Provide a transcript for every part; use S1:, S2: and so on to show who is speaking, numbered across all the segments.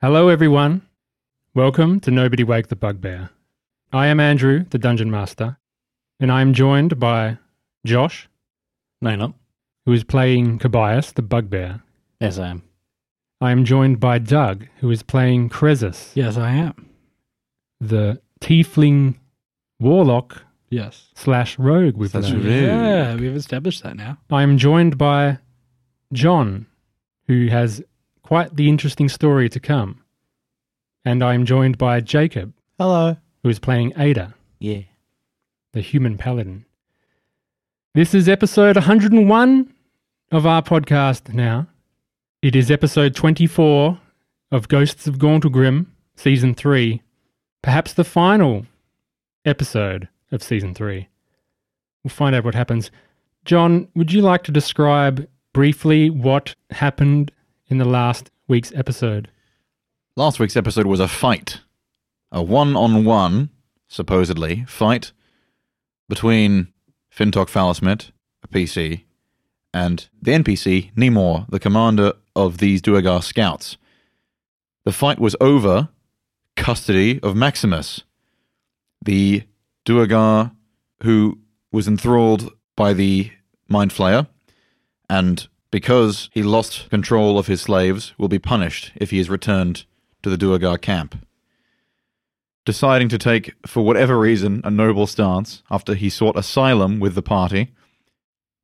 S1: Hello, everyone. Welcome to Nobody Wake the Bugbear. I am Andrew, the Dungeon Master, and I am joined by Josh,
S2: No, not
S1: who is playing Cobias, the Bugbear.
S2: Yes, I am.
S1: I am joined by Doug, who is playing Cresus,
S2: Yes, I am.
S1: the Tiefling Warlock
S3: Yes.
S1: slash Rogue. We've
S4: Slash
S1: learned.
S4: rogue.
S3: Yeah, we've established that now.
S1: I am joined by John, who has quite the interesting story to come. And I am joined by Jacob,
S4: Hello.
S1: who is playing Ada.
S4: Yeah.
S1: the human paladin. This is episode 101 of our podcast now. It is episode 24 of Ghosts of Gauntlegrim, season 3, perhaps the final episode of season 3. We'll find out what happens. John, would you like to describe briefly what happened in the last week's episode?
S4: Last week's episode was a fight, a one-on-one, supposedly fight between Fintok Falasmet, a PC, and the NPC Nemor, the commander of these Duergar scouts. The fight was over custody of Maximus, the Duergar who was enthralled by the Mind Flayer and because he lost control of his slaves, will be punished if he is returned to the Duergar camp. Deciding to take, for whatever reason, a noble stance after he sought asylum with the party,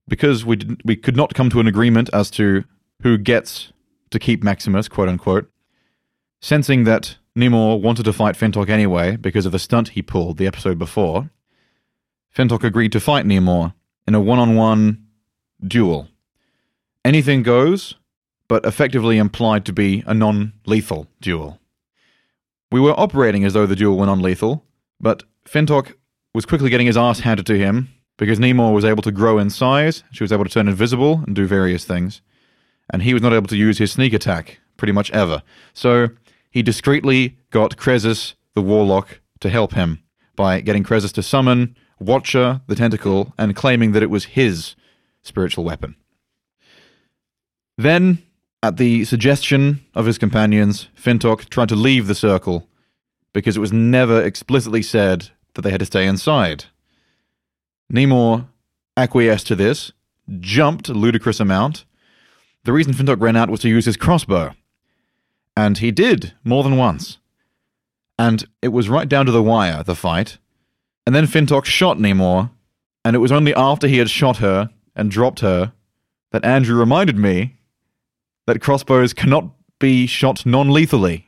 S4: because we didn't, we could not come to an agreement as to who gets to keep Maximus, quote unquote. Sensing that Nimor wanted to fight Fentok anyway because of the stunt he pulled the episode before, Fentok agreed to fight Nimor in a one-on-one duel anything goes, but effectively implied to be a non lethal duel. We were operating as though the duel were non lethal, but Fentok was quickly getting his ass handed to him because Nemor was able to grow in size, she was able to turn invisible and do various things, and he was not able to use his sneak attack pretty much ever. So he discreetly got Krezus, the warlock, to help him by getting Krezus to summon Watcher, the tentacle, and claiming that it was his spiritual weapon. Then, at the suggestion of his companions, Fintok tried to leave the circle because it was never explicitly said that they had to stay inside. Nemor acquiesced to this, jumped a ludicrous amount. The reason Fintok ran out was to use his crossbow. And he did, more than once. And it was right down to the wire, the fight. And then Fintok shot Nemor, and it was only after he had shot her and dropped her that Andrew reminded me that crossbows cannot be shot non lethally.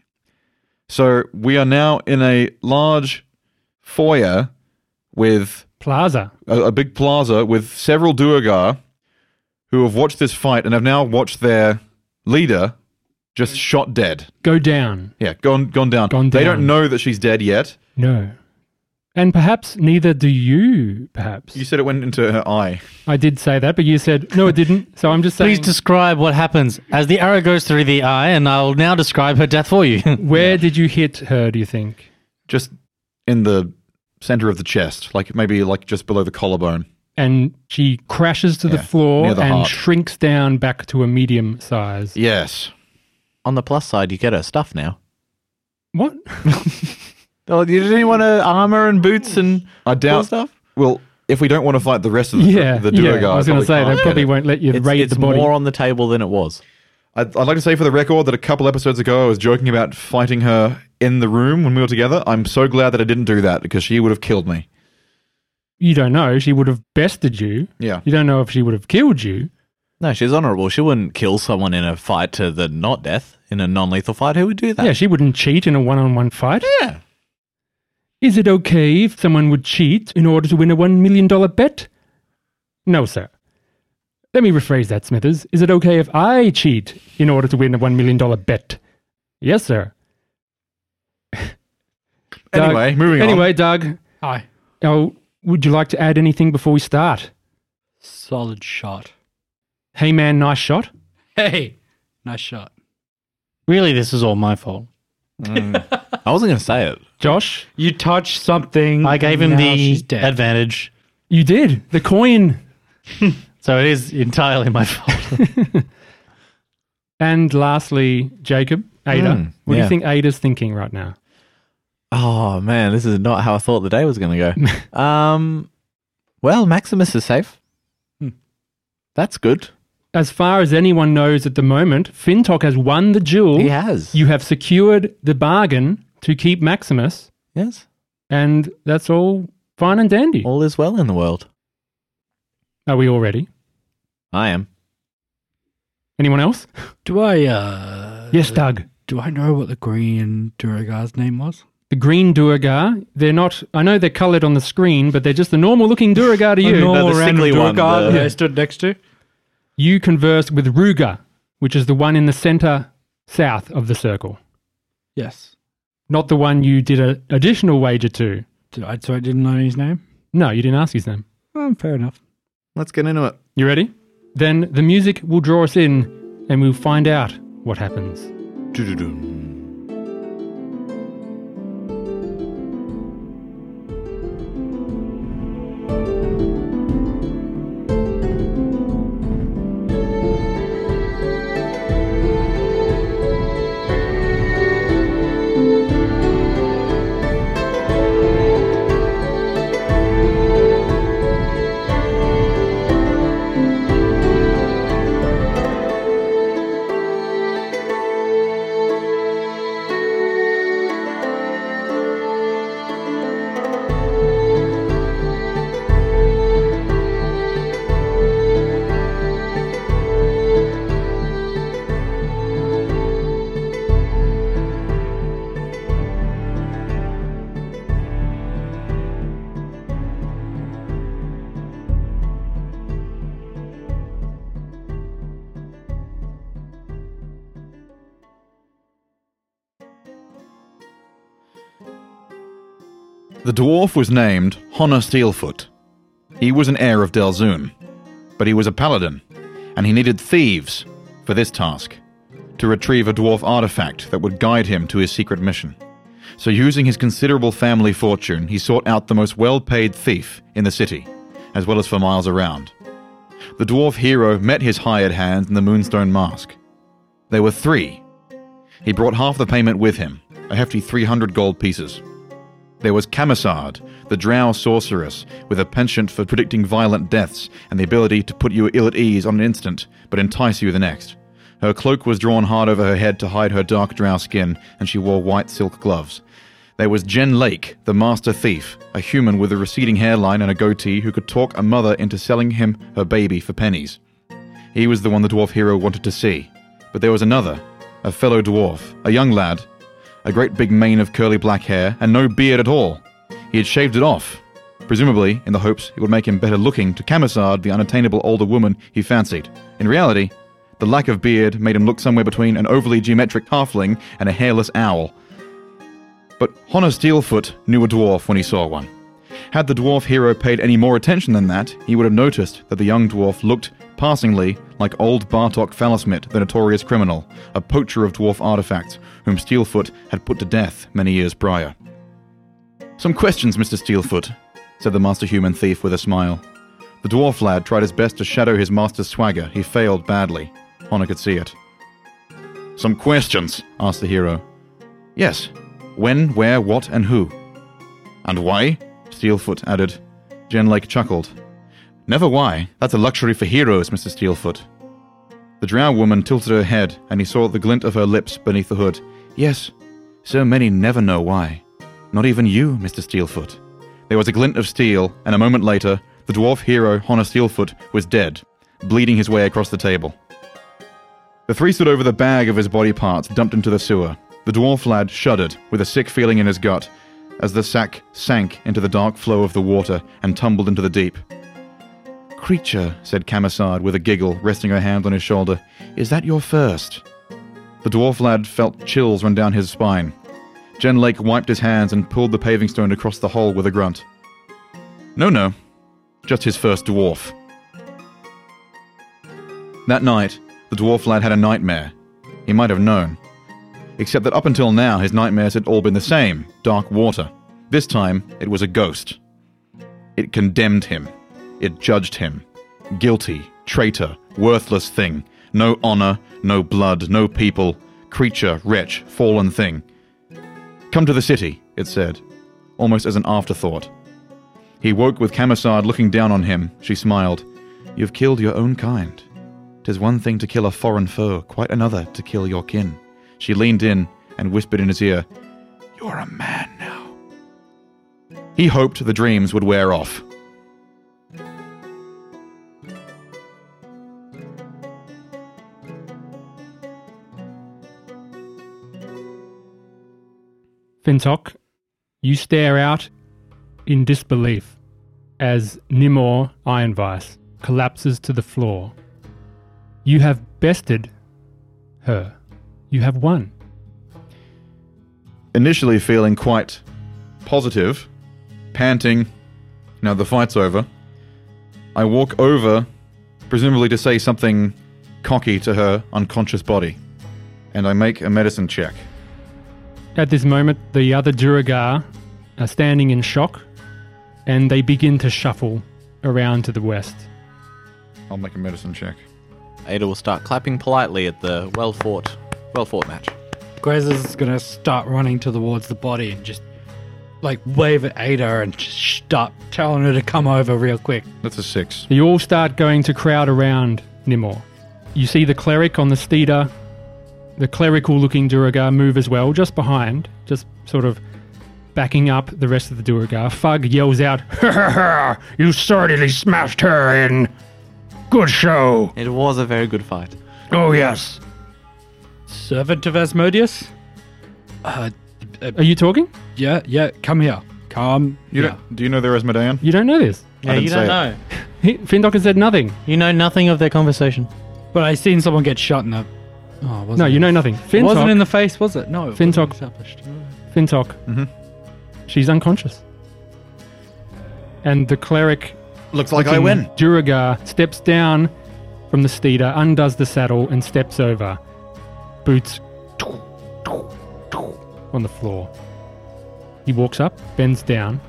S4: So we are now in a large foyer with
S1: Plaza.
S4: a, a big plaza with several Duergar who have watched this fight and have now watched their leader just shot dead.
S1: Go down.
S4: Yeah, gone gone down.
S1: Gone
S4: They
S1: down.
S4: don't know that she's dead yet.
S1: No. And perhaps neither do you, perhaps.
S4: You said it went into her eye.
S1: I did say that, but you said no, it didn't. So I'm just saying.
S2: Please describe what happens as the arrow goes through the eye, and I'll now describe her death for you.
S1: where did you hit her? Do you think?
S4: Just in the center of the chest, like maybe like just below the collarbone.
S1: And she crashes to the
S4: Yeah,
S1: floor
S4: near the
S1: and
S4: heart.
S1: shrinks down back to a medium size.
S4: Yes.
S5: On the plus side, you get her stuff now.
S1: What?
S5: Oh, you didn't want her armor and boots and
S4: I doubt.
S5: stuff.
S4: Well, if we don't want to fight the rest of the,
S1: yeah,
S4: the
S1: yeah.
S4: Duergar,
S1: I was going to say
S4: can't
S1: they
S4: get
S1: probably
S4: it.
S1: won't let you
S5: It's,
S1: raid
S5: it's
S1: the body.
S5: more on the table than it was.
S4: I'd, I'd like to say for the record that a couple episodes ago I was joking about fighting her in the room when we were together. I'm so glad that I didn't do that because she would have killed me.
S1: You don't know. She would have bested you.
S4: Yeah.
S1: You don't know if she would have killed you.
S5: No, she's honorable. She wouldn't kill someone in a fight to the not death in a non-lethal fight. Who would do that?
S1: Yeah, she wouldn't cheat in a one-on-one fight.
S5: Yeah.
S1: Is it okay if someone would cheat in order to win a one million dollar bet? No, sir. Let me rephrase that, Smithers. Is it okay if I cheat in order to win a one million dollar bet? Yes, sir. Doug-
S4: Anyway, moving on.
S1: Anyway, Doug,
S3: Hi.
S1: oh, would you like to add anything before we start?
S3: Solid shot.
S1: Hey, man, nice shot.
S3: Hey. Nice shot.
S2: really, this is all my fault.
S5: I wasn't going to say it.
S1: Josh,
S3: You touch something.
S2: I gave him
S3: now she's
S2: the
S3: dead.
S2: advantage,
S1: you did the coin.
S2: so it is entirely my fault.
S1: And lastly, Jacob, Ada.
S5: Hmm,
S1: what do
S5: yeah.
S1: you think Ada's thinking right now?
S5: Oh man, this is not how I thought the day was going to go. um, well, Maximus is safe.
S3: Hmm.
S5: That's good.
S1: As far as anyone knows at the moment, Fintok has won the duel.
S5: He has.
S1: You have secured the bargain to keep Maximus,
S5: yes.
S1: and that's all fine and dandy.
S5: All is well in the world.
S1: Are we all ready?
S5: I am.
S1: Anyone else?
S3: Do I, uh.
S1: yes, Doug.
S3: Do I know what the green Duragar's name was?
S1: The green Duragar, they're not, I know they're coloured on the screen, but they're just the normal looking Duragar to you.
S5: the sickly one,
S3: Duragar
S5: the-
S3: that I stood next to?
S1: You converse with Ruga, which is the one in the centre south of the circle,
S3: Yes.
S1: not the one you did an additional wager to.
S3: Did I, so I didn't know his name?
S1: No, you didn't ask his name.
S3: Oh, fair enough.
S5: Let's get into it.
S1: You ready? Then the music will draw us in and we'll find out what happens.
S4: The dwarf was named Honor Steelfoot. He was an heir of Delzoon, but he was a paladin, and he needed thieves for this task to retrieve a dwarf artifact that would guide him to his secret mission. So, using his considerable family fortune, he sought out the most well paid thief in the city, as well as for miles around. The dwarf hero met his hired hand in the Moonstone Mask. There were three. He brought half the payment with him, a hefty 300 gold pieces. There was Camisard, the drow sorceress, with a penchant for predicting violent deaths and the ability to put you ill at ease on an instant, but entice you the next. Her cloak was drawn hard over her head to hide her dark drow skin, and she wore white silk gloves. There was Jen Lake, the master thief, a human with a receding hairline and a goatee who could talk a mother into selling him her baby for pennies. He was the one the dwarf hero wanted to see. But there was another, a fellow dwarf, a young lad, a great big mane of curly black hair, and no beard at all. He had shaved it off, presumably in the hopes it would make him better looking to Camisard, the unattainable older woman he fancied. In reality, the lack of beard made him look somewhere between an overly geometric halfling and a hairless owl. But Honor Steelfoot knew a dwarf when he saw one. Had the dwarf hero paid any more attention than that, he would have noticed that the young dwarf looked, passingly, like old Bartok Falasmit, the notorious criminal, a poacher of dwarf artifacts, whom Steelfoot had put to death many years prior. Some questions, Mr. Steelfoot, said the master human thief with a smile. The dwarf lad tried his best to shadow his master's swagger. He failed badly. Honor could see it. Some questions? asked the hero. Yes. When, where, what, and who? And why? Steelfoot added. Jenlake chuckled. Never why. That's a luxury for heroes, Mr. Steelfoot. The drow woman tilted her head, and he saw the glint of her lips beneath the hood. Yes, so many never know why. Not even you, Mr. Steelfoot. There was a glint of steel, and a moment later, the dwarf hero, Honor Steelfoot, was dead, bleeding his way across the table. The three stood over the bag of his body parts dumped into the sewer. The dwarf lad shuddered, with a sick feeling in his gut, as the sack sank into the dark flow of the water and tumbled into the deep. Creature, said Camisard with a giggle, resting her hand on his shoulder, is that your first? The dwarf lad felt chills run down his spine. Jen Lake wiped his hands and pulled the paving stone across the hole with a grunt. No, no, just his first dwarf. That night, the dwarf lad had a nightmare. He might have known except that up until now his nightmares had all been the same dark water. This time, it was a ghost. It condemned him. It judged him. Guilty, traitor, worthless thing. No honor, no blood, no people. creature, wretch, fallen thing. Come to the city, it said, almost as an afterthought. He woke with Camisard looking down on him. She smiled. You've killed your own kind. Tis one thing to kill a foreign foe, quite another to kill your kin. She leaned in and whispered in his ear, You're a man now. He hoped the dreams would wear off.
S1: Fintok, you stare out in disbelief as Nimor Ironvice collapses to the floor. You have bested her. You have won.
S4: Initially feeling quite positive, panting, now the fight's over, I walk over, presumably to say something cocky to her unconscious body, and I make a medicine check.
S1: At this moment, the other Duragar are standing in shock and they begin to shuffle around to the west.
S4: I'll make a medicine check.
S5: Ada will start clapping politely at the well fought, well fought match.
S3: Grazer's is gonna start running towards the body and just like wave at Ada and just start telling her to come over real quick.
S4: That's a six.
S1: You all start going to crowd around Nimor. You see the cleric on the steeder, the clerical looking Duragar move as well, just behind, just sort of backing up the rest of the Duragar. Fug yells out, You certainly smashed her in! Good show!
S5: It was a very good fight.
S1: Oh, yes!
S3: Servant of Asmodeus? Uh, uh,
S1: Are you talking?
S3: yeah, yeah, come here. Come.
S4: You
S3: here.
S4: don't, do you know there is Medan?
S1: You don't know this.
S2: Yeah,
S4: didn't
S2: you don't
S4: say it.
S2: know.
S1: He, Findock has said nothing.
S2: You know nothing of their conversation.
S3: But I seen someone get shot in the. Oh, wasn't
S1: No,
S3: it?
S1: you know nothing.
S3: It wasn't in
S1: Fintok,
S3: the face, was it? No. it wasn't
S1: Fintok.
S3: established.
S1: Fintok,
S4: Mhm.
S1: she's unconscious. And the cleric
S4: Looks like
S1: Fucking Duragar steps down from the steeder, undoes the saddle, and steps over. Boots on the floor. He walks up, bends down,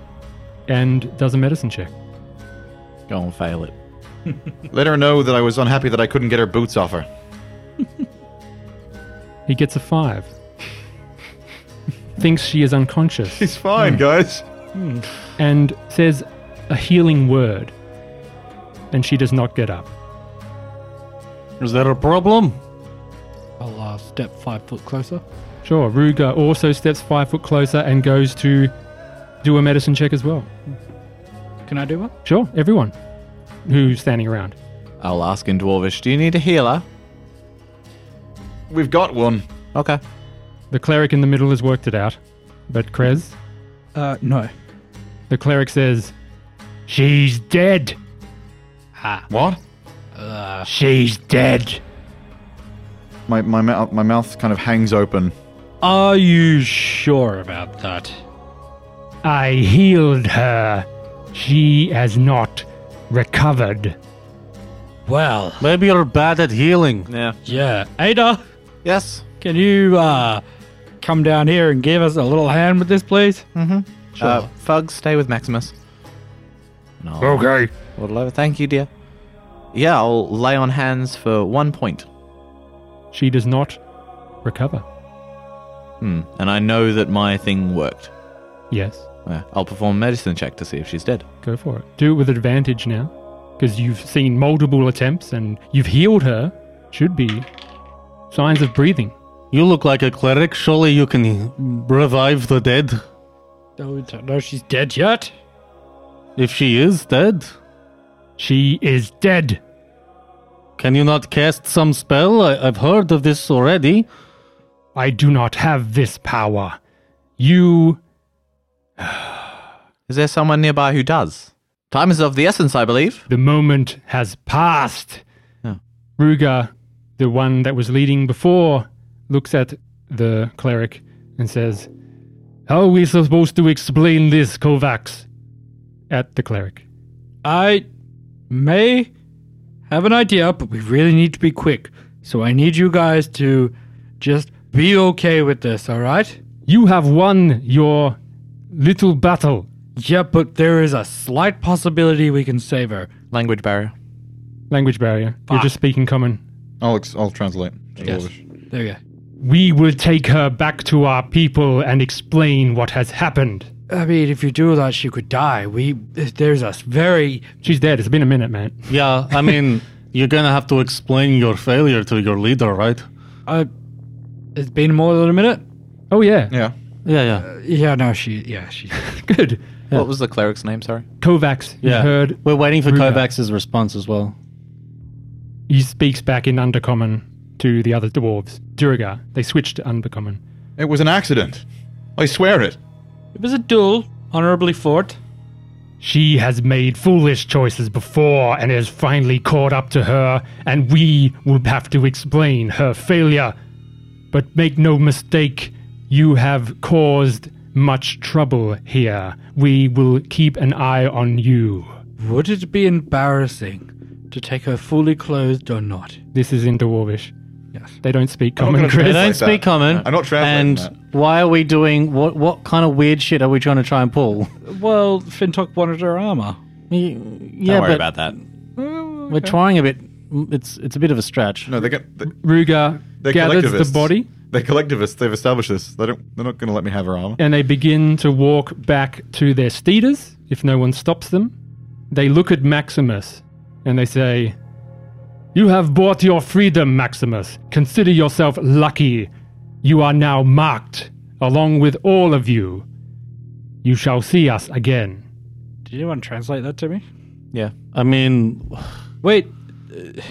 S1: and does a medicine check.
S5: Go and fail it.
S4: Let her know that I was unhappy that I couldn't get her boots off her.
S1: He gets a five. Thinks she is unconscious
S4: She's fine, guys.
S1: and says a healing word, and she does not get up.
S2: Is that a problem?
S3: I'll uh, step five foot closer.
S1: Sure, Ruga also steps five foot closer and goes to do a medicine check as well.
S3: Can I do one?
S1: Sure, everyone who's standing around.
S5: I'll ask in Dwarvish, do you need a healer?
S4: We've got one.
S5: Okay.
S1: The cleric in the middle has worked it out, but Krez,
S3: Uh, no.
S1: the cleric says, "She's dead.
S4: What?
S1: Uh, She's dead."
S4: My my mouth my mouth kind of hangs open.
S3: Are you sure about that?
S1: I healed her. She has not recovered.
S3: Well,
S2: Maybe you're bad at healing.
S5: Yeah.
S3: yeah. Ada,
S5: Yes.
S3: can you uh, come down here and give us a little hand with this, please?
S5: Sure. Uh, Fug, stay with Maximus. No.
S1: Okay.
S5: Waddle over. Thank you, dear. Yeah, I'll lay on hands for one point.
S1: She does not recover.
S5: Hmm. And I know that my thing worked.
S1: Yes,
S5: Uh, I'll perform a medicine check to see if she's dead.
S1: go for it. Do it with advantage now, because you've seen multiple attempts and you've healed her. Should be signs of breathing.
S2: You look like a cleric. Surely you can revive the dead.
S3: No, we don't know she's dead yet.
S2: If she is dead,
S1: She is dead.
S2: can you not cast some spell? I, I've heard of this already.
S1: I do not have this power. You
S5: Is there someone nearby who does? Time is of the essence, I believe.
S1: The moment has passed.
S5: Oh.
S1: Ruger, the one that was leading before, looks at the cleric and says, How are we supposed to explain this, Kovacs? At the cleric.
S3: I may have an idea, but we really need to be quick. So I need you guys to just be okay with this, all right?
S1: You have won your little battle.
S3: Yeah, but there is a slight possibility we can save her.
S5: Language barrier.
S1: Language barrier. You're just speaking common.
S4: I'll ex- I'll translate.
S3: Yes. There you go.
S1: We will take her back to our people and explain what has happened.
S3: I mean, if you do that, she could die. We there's a very
S1: She's dead. It's been a minute, man.
S2: Yeah, I mean, you're gonna have to explain your failure to your leader, right?
S3: uh, it's been more than a minute. Uh,
S1: Oh, yeah.
S4: Yeah.
S2: Yeah, yeah,
S3: Yeah, no, she yeah she.
S1: Good.
S5: What was the cleric's name? Sorry.
S1: Kovacs, you
S2: yeah.
S1: heard,
S2: We're waiting for
S1: Ruga.
S2: Kovacs's response as well.
S1: he speaks back in Undercommon to the other dwarves. Durigar. They switched to Undercommon.
S4: It was an accident. I swear it.
S3: It was a duel, honorably fought.
S1: She has made foolish choices before and has finally caught up to her, and we will have to explain her failure. But make no mistake, you have caused much trouble here. We will keep an eye on you.
S3: Would it be embarrassing to take her fully clothed or not?
S1: This is in Dwarvish.
S3: Yes.
S1: They don't speak
S4: I'm not
S1: common,
S4: gonna do
S1: Chris.
S2: They
S4: It's
S2: don't
S4: like
S2: speak
S4: that.
S2: common.
S4: I'm not
S2: And
S4: translating
S2: why are we doing what? What kind of weird shit are we trying to try and pull?
S3: Well, Fintok wanted her armor.
S2: Y- Yeah,
S5: Don't worry
S2: but
S5: about that.
S2: we're trying a bit. It's it's a bit of a stretch.
S4: No, they get they,
S1: Ruga
S4: they're
S1: gathers the
S4: collectivists.
S1: body
S4: They're collectivists. They've established this. They don't. They're not going to let me have her armor.
S1: and they begin to walk back to their steeders if no one stops them. They look at Maximus and they say, You have bought your freedom, Maximus. Consider yourself lucky. You are now marked, along with all of you. You shall see us again.
S3: Did anyone translate that to me?
S5: Yeah.
S2: I mean,
S3: Wait, uh,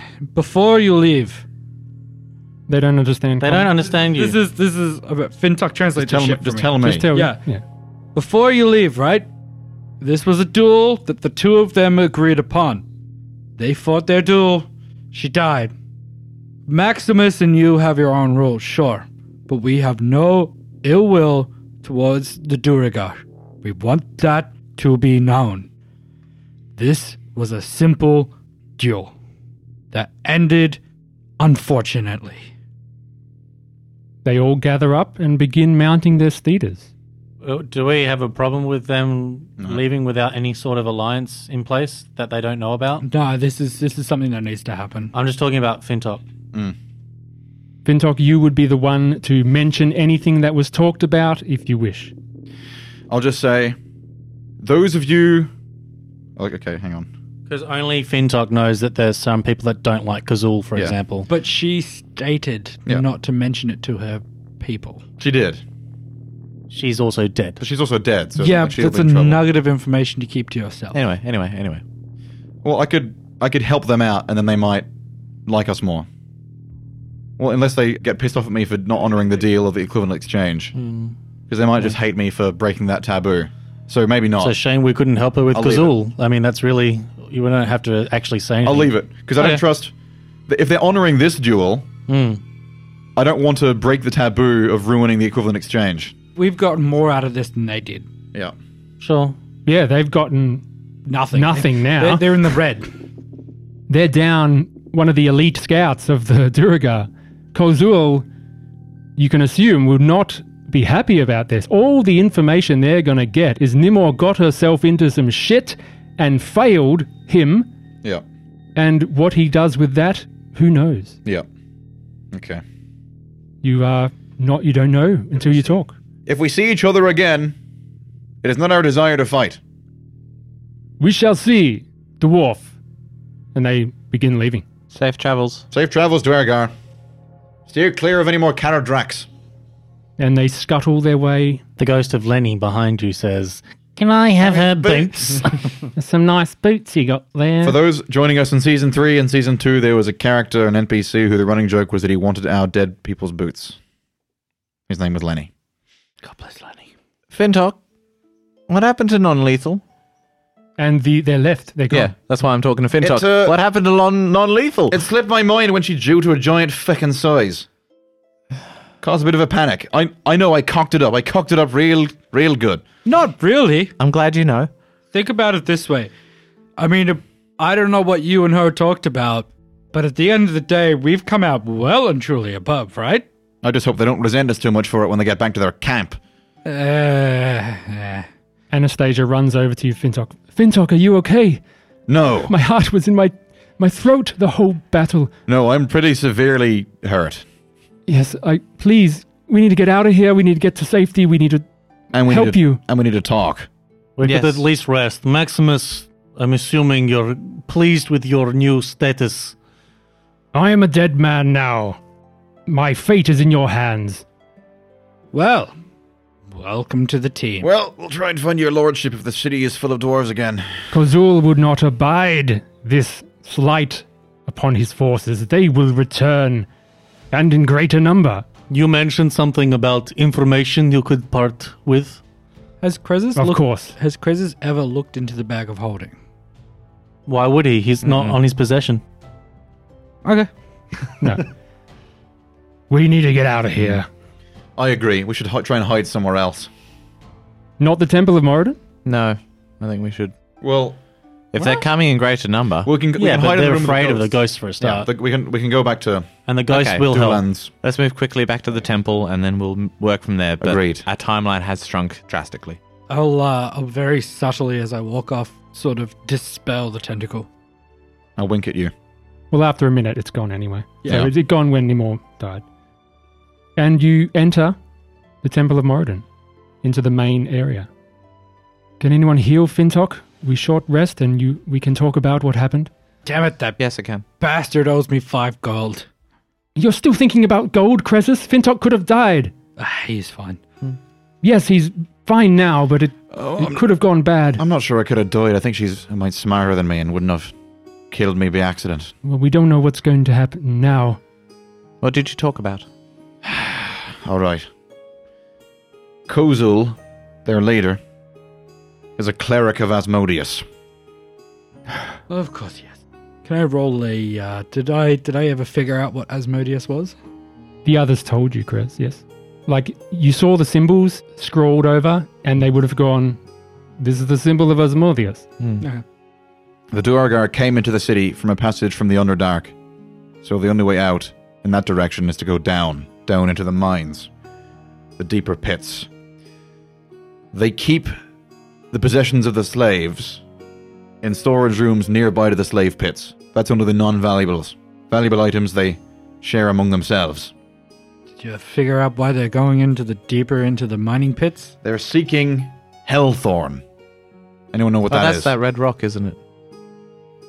S3: before you leave,
S1: They don't understand.
S2: they don't understand you.
S3: this is this is about Fintok translate
S4: Tell
S3: this
S4: me.
S3: shit for
S4: Just
S3: me.
S4: tell me.
S1: Just tell
S3: Yeah.
S1: yeah.
S3: Before you leave, right? This was a duel that the two of them agreed upon. They fought their duel. She died. Maximus and you have your own rules, sure, but we have no ill will towards the Durigar. We want that to be known. This was a simple duel that ended unfortunately.
S1: They all gather up and begin mounting their steeders.
S2: Uh, Do we have a problem with them leaving without any sort of alliance in place that they don't know about?
S3: No, this is this is something that needs to happen.
S2: I'm just talking about Fintop.
S4: Hmm.
S1: Fintok, you would be the one to mention anything that was talked about if you wish.
S4: I'll just say, those of you. oh, Okay, hang on.
S2: Because only Fintok knows that there's some people that don't like Kazul, for
S4: Yeah.
S2: example.
S3: But she stated
S4: Yeah.
S3: not to mention it to her people.
S4: She did,
S2: She's also dead.
S4: but she's also dead. So it's
S3: yeah,
S4: not like she'll
S3: that's
S4: be
S3: a
S4: in trouble.
S3: nugget of information to keep to yourself.
S5: Anyway, anyway, anyway.
S4: Well, I could I could help them out, and then they might like us more. Well, unless they get pissed off at me for not honoring the deal of the equivalent exchange, because
S2: Hmm.
S4: they might just hate me for breaking that taboo. So maybe not.
S2: It's a shame we couldn't help her with
S4: I'll leave
S2: Kazul. I mean, that's really. You don't have to actually say anything.
S4: I'll leave it because I
S2: Okay. Hmm.
S4: don't trust. that If they're honoring this duel, I don't want to break the taboo of ruining the equivalent exchange.
S3: We've gotten more out of this than they did.
S4: Yeah.
S2: Sure.
S1: Yeah, they've gotten
S3: Nothing.
S1: Nothing now.
S3: They're, they're in the red.
S1: they're down one of the elite scouts of the Durigar. Kozul, you can assume, will not be happy about this. All the information they're going to get is Nimor got herself into some shit and failed him,
S4: Yeah.
S1: and what he does with that, who knows?
S4: Yeah. Okay.
S1: You are not, you don't know until you talk.
S4: If we see each other again, it is not our desire to fight.
S1: We shall see, dwarf. And they begin leaving.
S5: Safe travels.
S4: Safe travels to Ergar. Steer clear of any more Caradrax.
S1: And they scuttle their way.
S2: The ghost of Lenny behind you says, Can I have her boots?
S1: Some nice boots you got there.
S4: For those joining us in season three and season two, there was a character, an NPC, who the running joke was that he wanted our dead people's boots. His name was Lenny.
S2: God bless Lenny.
S5: Fintok, what happened to non-lethal?
S1: and the, they're left. They're gone.
S5: Yeah, that's why I'm talking to Fintok.
S4: Oh. It's, uh,
S5: what happened to non- non-lethal?
S4: It slipped my mind when she drew to a giant fucking size. Caused a bit of a panic. I I know I cocked it up. I cocked it up real real good.
S3: Not really.
S5: I'm glad you know.
S3: Think about it this way. I mean, I don't know what you and her talked about, but at the end of the day, we've come out well and truly above, right?
S4: I just hope they don't resent us too much for it when they get back to their camp.
S3: Uh, eh.
S1: Anastasia runs over to you, Fintok. Fintok, are you okay?
S4: No.
S1: My heart was in my my throat the whole battle.
S4: No, I'm pretty severely hurt.
S1: Yes, I please. We need to get out of here. We need to get to safety. We need to
S4: And we
S1: help
S4: need to,
S1: you.
S4: And we need to talk.
S2: We
S5: Yes.
S2: could at least rest. Maximus, I'm assuming you're pleased with your new status.
S1: I am a dead man now. My fate is in your hands.
S3: Well, welcome to the team.
S4: Well, we'll try and find your lordship if the city is full of dwarves again.
S1: Kozul would not abide this slight upon his forces. They will return, and in greater number.
S2: You mentioned something about information you could part with.
S3: Has Krezus
S1: Of
S3: looked-
S1: course.
S3: Has Krezus ever looked into the bag of holding?
S2: Why would he? He's not on his possession.
S3: Okay.
S1: No. we need to get out of here.
S4: I agree. We should hi- try and hide somewhere else.
S1: Not the Temple of Moradin?
S5: No, I think we should.
S4: Well,
S5: If they're coming in greater number,
S4: we can, we
S2: yeah,
S4: can
S2: but
S4: hide in
S2: they're
S4: the room
S2: afraid of
S4: with
S2: the
S4: ghosts.
S2: ghost for a
S4: Yeah,
S2: start.
S4: the- we can we can go back to
S2: and the ghost
S5: Okay,
S2: will help.
S4: Dulan's.
S5: let's move quickly back to the temple and then we'll m- work from there. But
S4: Agreed.
S5: Our timeline has shrunk drastically.
S3: I'll, uh, I'll very subtly, as I walk off, sort of dispel the tentacle.
S4: I'll wink at you.
S1: Well, after a minute, it's gone anyway.
S4: Yeah.
S1: So it's gone when Nimor died. And you enter the Temple of Moradin into the main area. Can anyone heal Fintok? We short rest and you we can talk about what happened.
S3: Damn it, that
S5: Yes, I can.
S3: bastard owes me five gold.
S1: You're still thinking about gold, Cressus? Fintok could have died.
S3: Ah, he's fine.
S1: Yes, he's fine now, but it,
S4: Oh,
S1: it could have gone bad.
S4: Mm. I'm not sure I could have died. I think she's a mite smarter than me and wouldn't have killed me by accident.
S1: well, we don't know what's going to happen now.
S5: What did you talk about?
S4: All right. Kozul, their leader, is a cleric of Asmodeus.
S3: Of course, yes. Can I roll a? Uh, did I did I ever figure out what Asmodeus was?
S1: The others told you, Chris, yes. Like, you saw the symbols scrawled over, and they would have gone, This is the symbol of Asmodeus.
S3: Okay.
S4: The Duergar came into the city from a passage from the Underdark, so the only way out in that direction is to go down, down into the mines, the deeper pits. They keep the possessions of the slaves in storage rooms nearby to the slave pits. That's under the non valuables. Valuable items they share among themselves.
S3: Did you figure out why they're going into the deeper into the mining pits?
S4: They're seeking Hellthorn. Anyone know what
S5: oh,
S4: that
S5: that's
S4: is?
S5: that red rock, isn't it?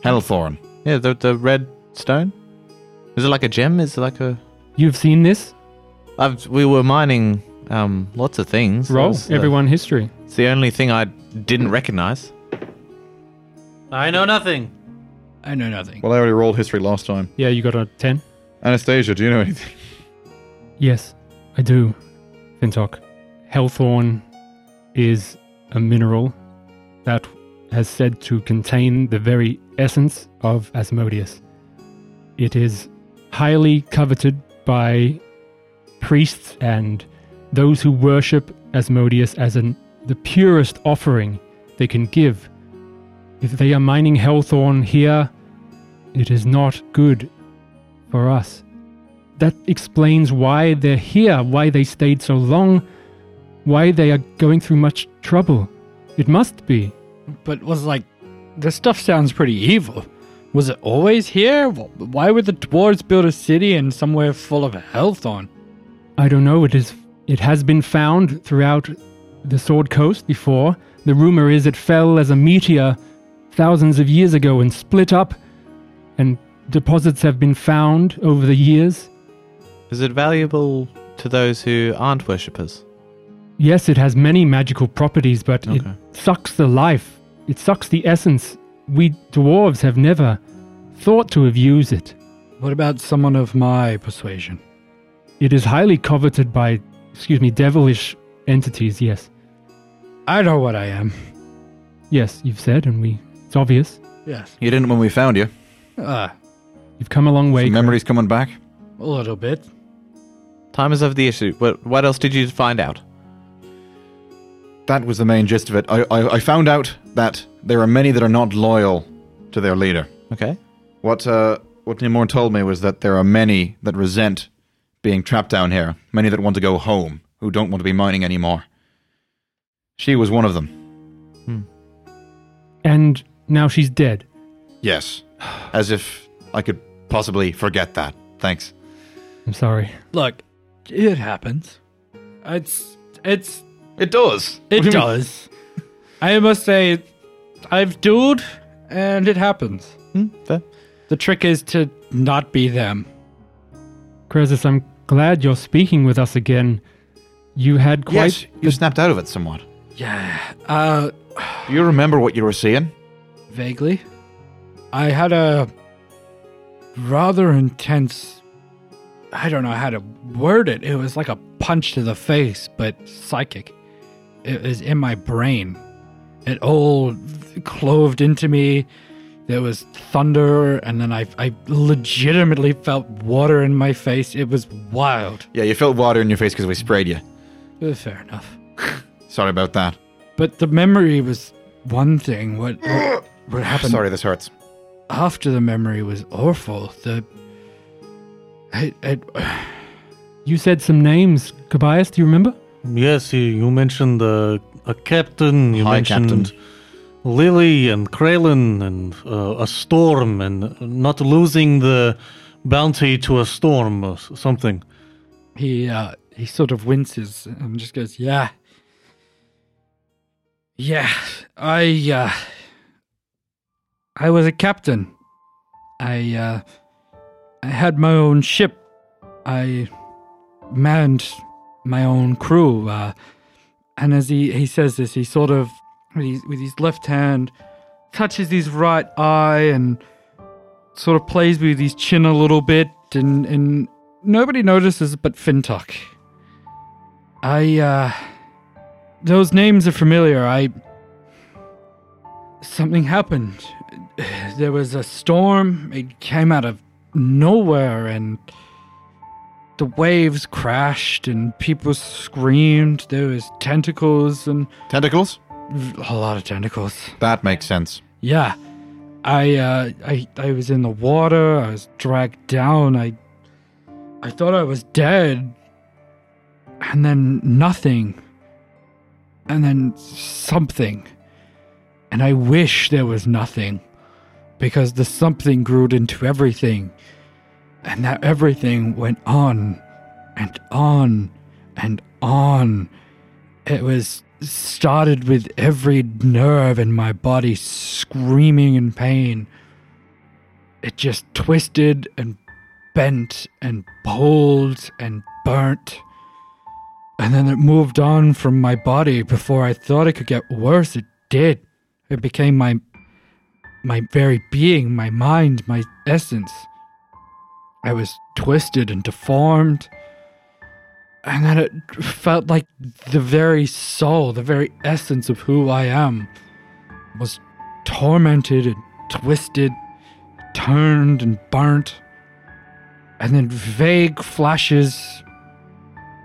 S4: Hellthorn.
S5: Yeah, the, the red stone. Is it like a gem? Is it like a.
S1: You've seen this?
S5: I've, we were mining um, lots of things. That
S1: Roll,
S5: was the-
S1: everyone history.
S5: It's the only thing I didn't recognize.
S2: I know nothing.
S3: I know nothing.
S4: Well, I already rolled history last time.
S1: Yeah, you got a 10?
S4: Anastasia, do you know anything?
S1: Yes, I do, Fintok. Hellthorn is a mineral that has said to contain the very essence of Asmodeus. It is highly coveted by priests and those who worship Asmodeus as an, the purest offering they can give. If they are mining Hellthorn here, it is not good for us that explains why they're here, why they stayed so long, why they are going through much trouble. It must be.
S3: But it was like, this stuff sounds pretty evil. Was it always here? Wh- Why would the dwarves build a city in somewhere full of health on?
S1: I don't know. It is. It has been found throughout the Sword Coast before. The rumor is it fell as a meteor thousands of years ago and split up, and deposits have been found over the years.
S5: Is it valuable to those who aren't worshippers?
S1: Yes, it has many magical properties, but
S5: Okay.
S1: it sucks the life. It sucks the essence. We dwarves have never thought to have used it.
S3: What about someone of my persuasion?
S1: It is highly coveted by, excuse me, devilish entities, yes.
S3: I know what I am.
S1: Yes, you've said, and we. It's obvious.
S3: Yes.
S4: You didn't when we found you.
S3: Uh,
S1: You've come a long way.
S4: Some memories coming back.
S3: a little bit.
S5: Time is of the issue. What, what else did you find out?
S4: That was the main gist of it. I, I, I found out that there are many that are not loyal to their leader.
S5: Okay.
S4: What uh, what Nimor told me was that there are many that resent being trapped down here. Many that want to go home, who don't want to be mining anymore. She was one of them.
S1: And now she's dead.
S4: Yes, as if I could possibly forget that. Thanks.
S1: I'm sorry.
S3: Look, It happens. It's it's
S4: It does.
S3: it does. I must say, I've dueled, and it happens.
S5: Hmm, fair.
S3: The trick is to not be them.
S1: Croesus, I'm glad you're speaking with us again. You had quite
S4: Yes, you snapped out of it somewhat.
S3: Yeah. Uh,
S4: Do you remember what you were seeing?
S3: Vaguely. I had a rather intense. I don't know how to word it. It was like a punch to the face, but psychic. It was in my brain. It all cloved into me. There was thunder, and then I, I legitimately felt water in my face. It was wild.
S4: Yeah, you felt water in your face because we sprayed you.
S3: Uh, Fair enough.
S4: Sorry about that.
S3: But the memory was one thing. What, what, what happened
S4: Sorry, this hurts.
S3: after the memory was awful. The I, I,
S1: you said some names, Kobayas, do you remember?
S2: Yes, you, you mentioned uh, a captain. You
S4: Hi,
S2: mentioned Lily and Kralin and uh, a storm and not losing the bounty to a storm or s- something.
S3: he uh, he sort of winces and just goes, "Yeah, yeah, I uh, I was a captain. I uh, I had my own ship. I manned my own crew. Uh, and as he, he says this, he sort of with his, with his left hand touches his right eye and sort of plays with his chin a little bit, and and nobody notices but Fintok. I uh, those names are familiar. I something happened. There was a storm. It came out of nowhere, and the waves crashed, and people screamed. There was tentacles and
S4: Tentacles?
S3: a lot of tentacles.
S4: That makes sense.
S3: Yeah. I uh I I was in the water, I was dragged down, I I thought I was dead. And then nothing. And then something. And I wish there was nothing. Because the something grew into everything. And that everything went on and on and on. It was started with every nerve in my body screaming in pain. It just twisted and bent and pulled and burnt. And then it moved on from my body before I thought it could get worse. It did. It became my my very being, my mind, my essence. I was twisted and deformed and then it felt like the very soul, the very essence of who I am, was tormented and twisted, turned and burnt, and then vague flashes,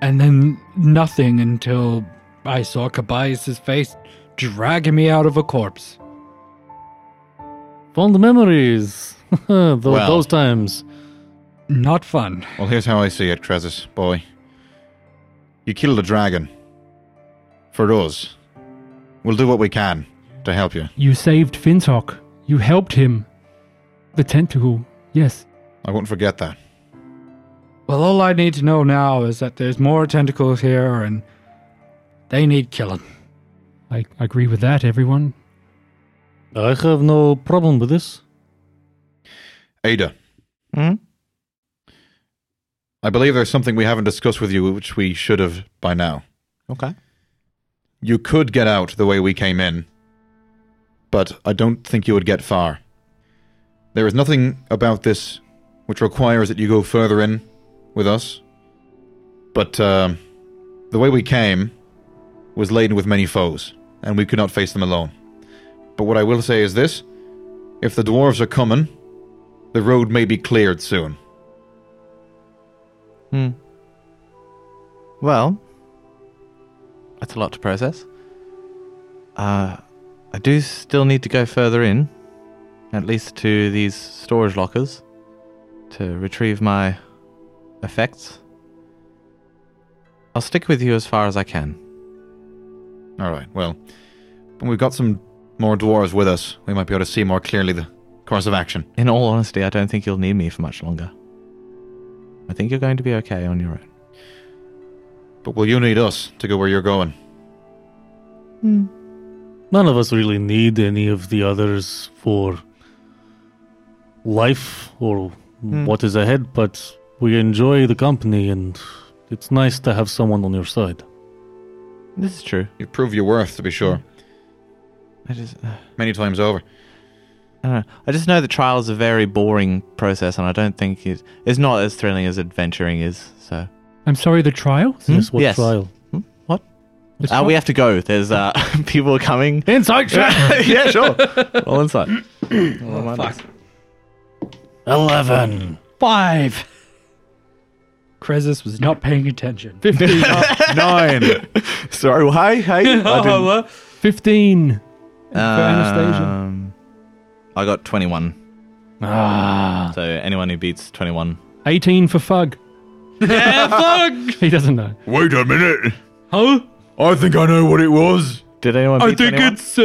S3: and then nothing until I saw Cabayas' face dragging me out of a corpse.
S2: Fond memories. Tho-
S4: Well.
S2: Those times.
S3: Not fun.
S4: Well, here's how I see it, Trezis, boy. You killed a dragon. For us. We'll do what we can to help you.
S1: You saved Fintok. You helped him. The tentacle, yes.
S4: I won't forget that.
S3: Well, all I need to know now is that there's more tentacles here and they need killing.
S1: I I agree with that, everyone.
S2: I have no problem with this.
S4: Ada,
S5: Hmm?
S4: I believe there's something we haven't discussed with you which we should have by now.
S5: Okay.
S4: You could get out the way we came in, but I don't think you would get far. There is nothing about this which requires that you go further in with us, but um the way we came was laden with many foes, and we could not face them alone. But what I will say is this if the dwarves are coming, the road may be cleared soon.
S5: Hmm. Well, that's a lot to process. Uh, I do still need to go further in, at least to these storage lockers, to retrieve my effects. I'll stick with you as far as I can.
S4: All right. Well, when we've got some more dwarves with us, we might be able to see more clearly the course of action.
S5: In all honesty, I don't think you'll need me for much longer. I think you're going to be okay on your own.
S4: But will you need us to go where you're going?
S6: None of us really need any of the others for life or what is ahead, but we enjoy the company and it's nice to have someone on your side.
S5: This is true.
S4: You prove your worth, to be sure,
S5: I just,
S4: many times over.
S5: I don't know. Uh, I just know that trial is a very boring process, and I don't think it, it's not as thrilling as adventuring is. So
S1: I'm sorry, the trials?
S6: Hmm? Yes, what
S5: Yes.
S6: trial?
S1: The
S5: uh,
S1: tri-
S5: we have to go. There's uh, people are coming.
S6: Insight check!
S5: yeah, sure. All inside.
S3: Oh, fuck.
S6: 11.
S3: Five. Krezus was not paying attention.
S1: 15.
S5: Nine. Sorry. Well, hey, hey. I didn't-
S1: 15. Anastasia.
S5: Um, I got 21.
S6: Ah.
S5: So anyone who beats 21.
S1: 18 for Fug.
S3: fuck!
S1: He doesn't know.
S4: Wait a minute!
S3: Huh?
S4: I think I know what it was.
S5: Did anyone
S3: I
S5: beat
S3: think
S5: 21?
S3: it's. Uh,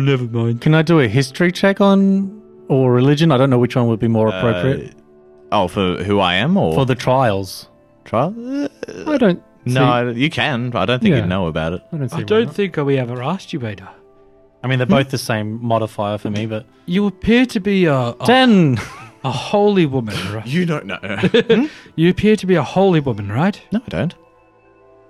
S3: never mind.
S6: Can I do a history check on or religion? I don't know which one would be
S3: Uh,
S6: more appropriate
S5: Uh, Oh, for who I am or
S6: for the trials.
S5: trial?
S1: I don't. see-
S5: No, I- you can. but I don't think
S1: Yeah.
S5: you'd know about it.
S1: I don't see.
S3: I
S1: why
S3: don't
S1: not.
S3: think we ever asked you, Ada.
S6: I mean, they're
S3: Hmm?
S6: both the same modifier for me, but
S3: You appear to be a,
S6: Oh.
S3: a,
S6: 10.
S3: a holy woman, right?
S5: You don't know.
S3: You appear to be a holy woman, right?
S5: no, I don't.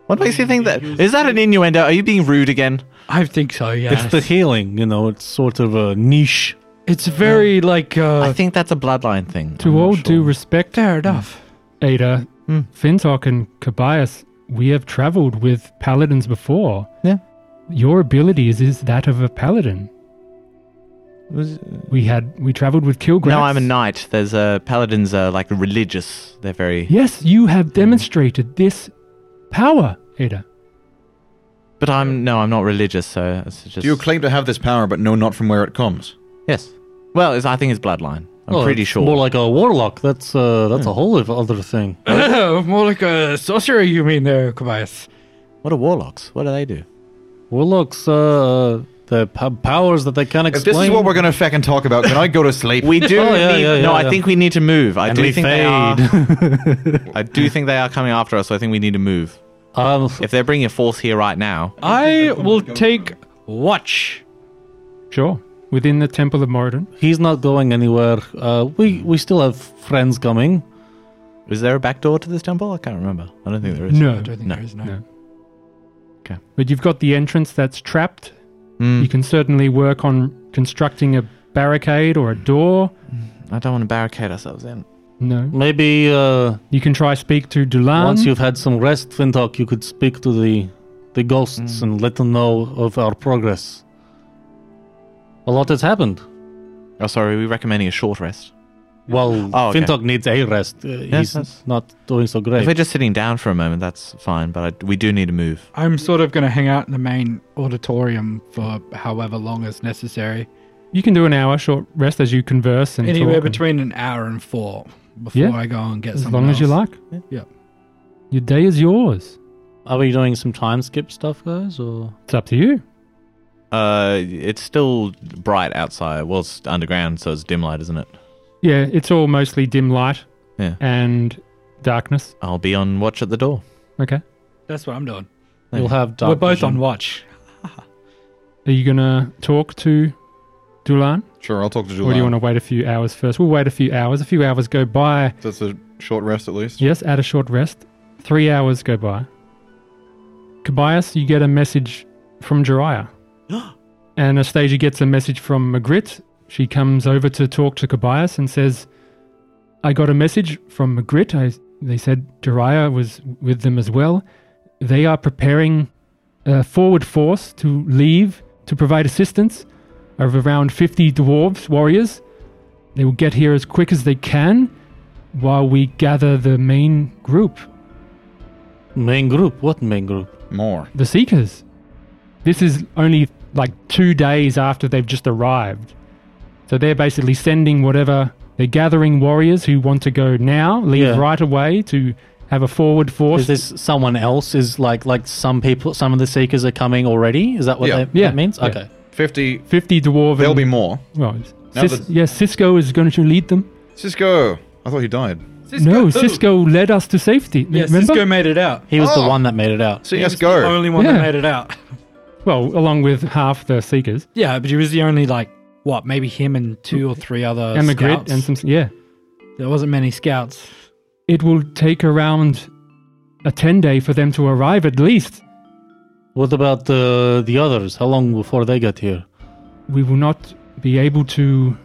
S5: What makes you think that? Is that an innuendo? Are you being rude again?
S3: I think so, yeah.
S6: It's the healing, you know, it's sort of a niche.
S3: It's very like uh
S5: I think that's a bloodline thing. I'm
S1: To
S5: not
S1: all
S5: sure.
S1: due respect,
S3: fair enough.
S1: Ada,
S5: Hmm.
S1: Fintok, and Kobayas, we have traveled with paladins before.
S5: Yeah.
S1: Your abilities is that of a paladin.
S5: Was-
S1: We had we traveled with Kilgrass.
S5: No, I'm a knight. There's uh, paladins are like religious. They're very.
S1: Yes, you have demonstrated this power, Ada.
S5: But I'm no, I'm not religious. So it's just.
S4: Do you claim to have this power but know not from where it comes?
S5: Yes. Well, it's, I think it's bloodline. I'm
S6: Oh,
S5: pretty
S6: it's
S5: sure.
S6: More like a warlock. That's uh, that's a whole other thing.
S3: More like a sorcerer you mean there, Kobayas.
S5: what are warlocks? What do they do?
S6: Warlocks, uh, the p- powers that they can't
S4: If
S6: explain.
S4: this is what we're going to fucking talk about, can I go to sleep?
S5: We do.
S6: Oh, yeah,
S5: need,
S6: yeah,
S5: no,
S6: yeah,
S5: I
S6: yeah.
S5: think we need to move. I
S6: And
S5: do
S6: we
S5: think they are. I do think they are coming after us. So I think we need to move.
S6: um,
S5: If they're bringing a force here right now,
S3: I will take watch.
S1: Sure. Within the Temple of Moradin.
S6: he's not going anywhere. Uh, we we still have friends coming.
S5: is there a back door to this temple? I can't remember. I don't think there is.
S1: No.
S3: think
S5: No.
S3: there is
S1: No. But you've got the entrance that's trapped.
S5: Mm,
S1: You can certainly work on constructing a barricade or a door.
S5: I don't want to barricade ourselves in.
S1: No.
S6: Maybe uh,
S1: You can try speak to Dulan.
S6: once you've had some rest, Fintok, you could speak to the the ghosts and let them know of our progress. A lot has happened.
S5: Oh, sorry. We're recommending a short rest.
S6: Well,
S5: Oh, okay.
S6: Fintok needs a rest. Uh, he's
S5: that's-
S6: not doing so
S5: If we're
S6: great.
S5: just sitting down for a moment, that's fine. But I, we do need to move.
S3: I'm sort of going to hang out in the main auditorium for however long is necessary.
S1: You can do an hour short rest as you converse and talk
S3: Anywhere
S1: and-
S3: between an hour and four before
S1: Yeah.
S3: I go and get
S1: as
S3: someone
S1: long as you
S3: else.
S1: like.
S3: Yeah.
S1: Your day is yours.
S6: Are we doing some time skip stuff, guys? Or
S1: It's up to you.
S5: Uh, it's still bright outside. Well, it's underground, so it's dim light, isn't it?
S1: Yeah, it's all mostly dim light
S5: Yeah.
S1: and darkness.
S5: I'll be on watch at the door.
S1: Okay.
S3: That's what I'm doing.
S6: you'll have dark
S3: We're both
S6: vision.
S3: on watch.
S1: Are you gonna talk to Dulan,
S4: sure, I'll talk to Julian.
S1: or do you want to wait a few hours first? We'll wait a few hours. A few hours go by.
S4: That's a short rest at least.
S1: Yes, at a short rest. Three hours go by. Kobayas, you get a message from Jiraiya. and Anastasia gets a message from Magritte. She comes over to talk to Kobayas and says, I got a message from Magritte. I, they said Jiraiya was with them as well. They are preparing a forward force to leave to provide assistance of around 50 dwarves, warriors. They will get here as quick as they can while we gather the main group,
S6: Main group? What main group?
S4: More.
S1: the Seekers. This is only like two days after they've just arrived. So they're basically sending whatever they're gathering warriors who want to go now, leave
S6: Yeah.
S1: right away to have a forward force.
S6: Is this someone else? Is like like some people, some of the seekers are coming already? Is that what
S4: Yeah.
S6: that,
S1: Yeah.
S6: that means?
S1: Yeah.
S6: Okay.
S4: 50.
S1: 50 dwarven.
S4: There'll be more.
S1: Well,
S4: Now
S1: Sis-
S4: that-
S1: yeah, Cisco is going to lead them.
S4: Cisco! I thought he died.
S3: Cisco,
S1: no,
S3: who?
S1: Cisco led us to safety.
S3: Yeah,
S1: remember?
S3: Cisco made it out.
S6: He was
S4: Oh.
S6: the one that made it out.
S4: See us
S3: The
S4: go.
S3: only one
S1: Yeah.
S3: that made it out.
S1: Well, along with half the seekers
S3: Yeah, but he was the only like what? Maybe him and two or three other
S1: and the grid
S3: scouts.
S1: and some. Yeah,
S3: there wasn't many scouts.
S1: it will take around a ten day for them to arrive at least.
S2: What about the the others? How long before they got here?
S1: We will not be able to.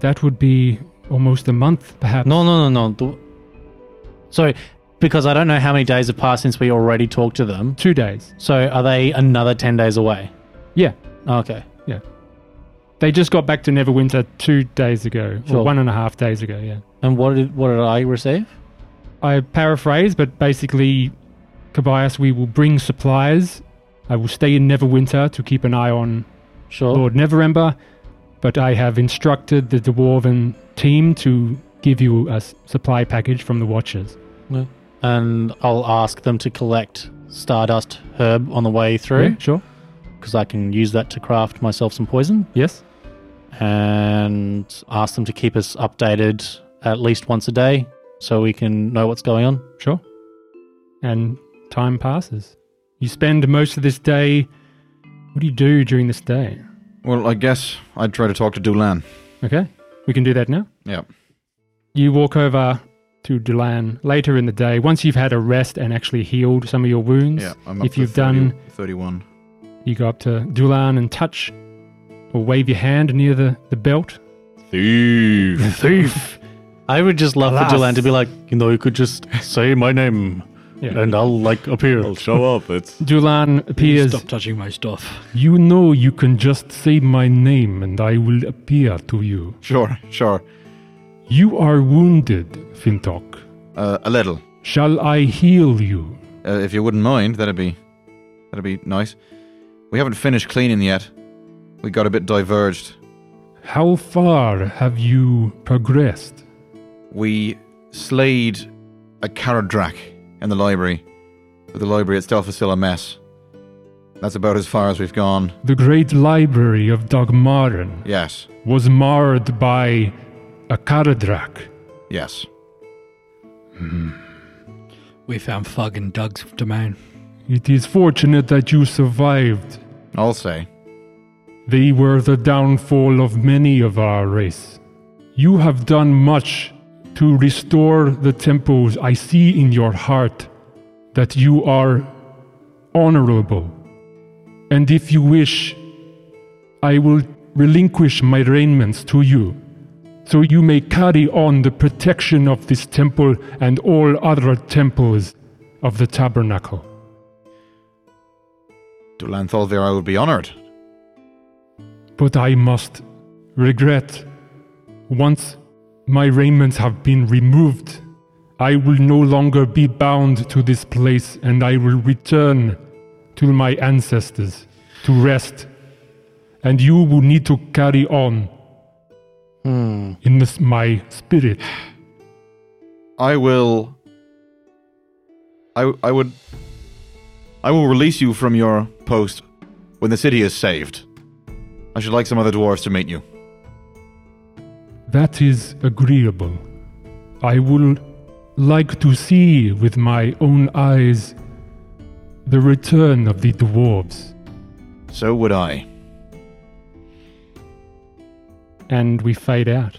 S1: That would be almost a month, perhaps.
S6: No, no, no, no. The- Sorry, because I don't know how many days have passed since we already talked to them.
S1: two days.
S6: So are they another 10 days away?
S1: Yeah,
S6: Okay.
S1: they just got back to Neverwinter two days ago,
S6: Sure.
S1: or one and a half days ago. Yeah,
S6: And what did what did I receive?
S1: I paraphrase, but basically, Kobayas, we will bring supplies. I will stay in Neverwinter to keep an eye on
S6: Sure.
S1: Lord Neverember, but I have instructed the dwarven team to give you a s- supply package from the Watchers.
S6: And I'll ask them to collect stardust herb on the way
S1: Yeah,
S6: through
S1: sure.
S6: because I can use that to craft myself some poison
S1: Yes.
S6: and ask them to keep us updated at least once a day so we can know what's going on.
S1: Sure. And time passes. You spend most of this day. What do you do during this day?
S4: Well, I guess I'd try to talk to Dulan.
S1: Okay. We can do that now.
S4: Yeah.
S1: You walk over to Dulan later in the day once you've had a rest and actually healed some of your wounds.
S4: Yeah. I'm
S1: If you've done-
S4: 31.
S1: You go up to Dulan and touch or wave your hand near the, the belt.
S4: Thief.
S1: Thief!
S2: I would just love
S1: Alas.
S2: for Dylan to be like, you know, you could just say my name
S1: Yeah.
S2: and I'll like appear.
S4: show up. It's
S1: Dulan appears.
S3: Stop touching my stuff.
S1: You know you can just say my name and I will appear to you.
S4: sure, sure.
S1: You are wounded, Fintok.
S4: Uh, a little.
S1: Shall I heal you?
S4: Uh, if you wouldn't mind, that'd be that'd be nice. We haven't finished cleaning yet. We got a bit diverged.
S1: How far have you progressed?
S4: We slayed a Karadrak in the library, but the library itself is still a mess. That's about as far as we've gone.
S1: The great library of Dogmaran
S4: Yes,
S1: was marred by a Karadrak.
S4: yes.
S3: We found Fug and Doug's domain.
S1: It is fortunate that you survived.
S4: I'll say.
S1: They were the downfall of many of our race. You have done much to restore the temples. I see in your heart that you are honorable. And if you wish, I will relinquish my raiments to you, so you may carry on the protection of this temple and all other temples of the tabernacle.
S4: Dulan Tholvir, I would be honored.
S1: But I must regret. Once my raiments have been removed, I will no longer be bound to this place and I will return to my ancestors to rest. And you will need to carry on in this, my spirit.
S4: I will. I, I would. I will release you from your post when the city is saved. I should like some other dwarves to meet you.
S1: That is agreeable. I will like to see with my own eyes the return of the dwarves.
S4: So would I.
S1: and we fade out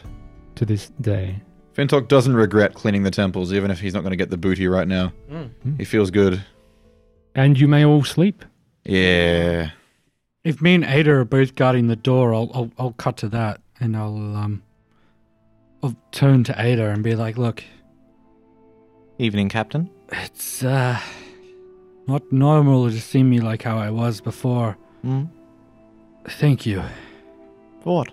S1: to this day.
S4: Fintok doesn't regret cleaning the temples, even if he's not going to get the booty right now. He feels good.
S1: And you may all sleep.
S4: Yeah.
S3: If me and Ada are both guarding the door, I'll I'll, I'll cut to that and I'll um I'll turn to Ada and be like, look,
S5: Evening, Captain.
S3: it's uh not normal to see me like how I was before.
S5: Mm.
S3: Thank you.
S5: What?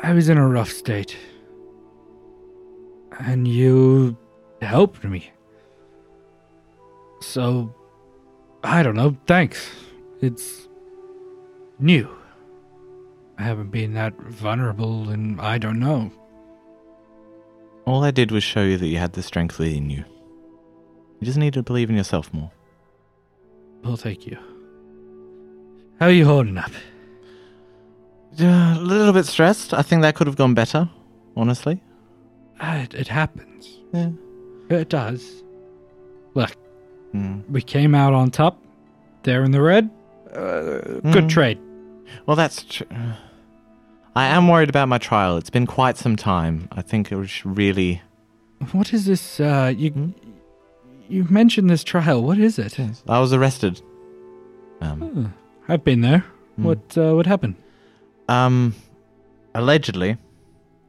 S3: I was in a rough state. And you helped me. So, I don't know, thanks. It's new. I haven't been that vulnerable, and I don't know.
S5: All I did was show you that you had the strength within you. You just need to believe in yourself more.
S3: Well, thank you. How are you holding up?
S5: Yeah, a little bit stressed. I think that could have gone better, honestly.
S3: ah, it, it happens.
S5: Yeah.
S3: It does. Look,
S5: Mm.
S3: we came out on top. They're in the red. Uh,
S5: Mm-hmm. Hmm.
S3: Good trade.
S5: Well, that's true. I am worried about my trial. It's been quite some time. I think it should really.
S3: What is this? Uh, you
S5: Hmm?
S3: you mentioned this trial. What is it?
S5: I was arrested. Um,
S3: Oh, I've been there.
S5: Hmm.
S3: What uh, what happened?
S5: um, allegedly,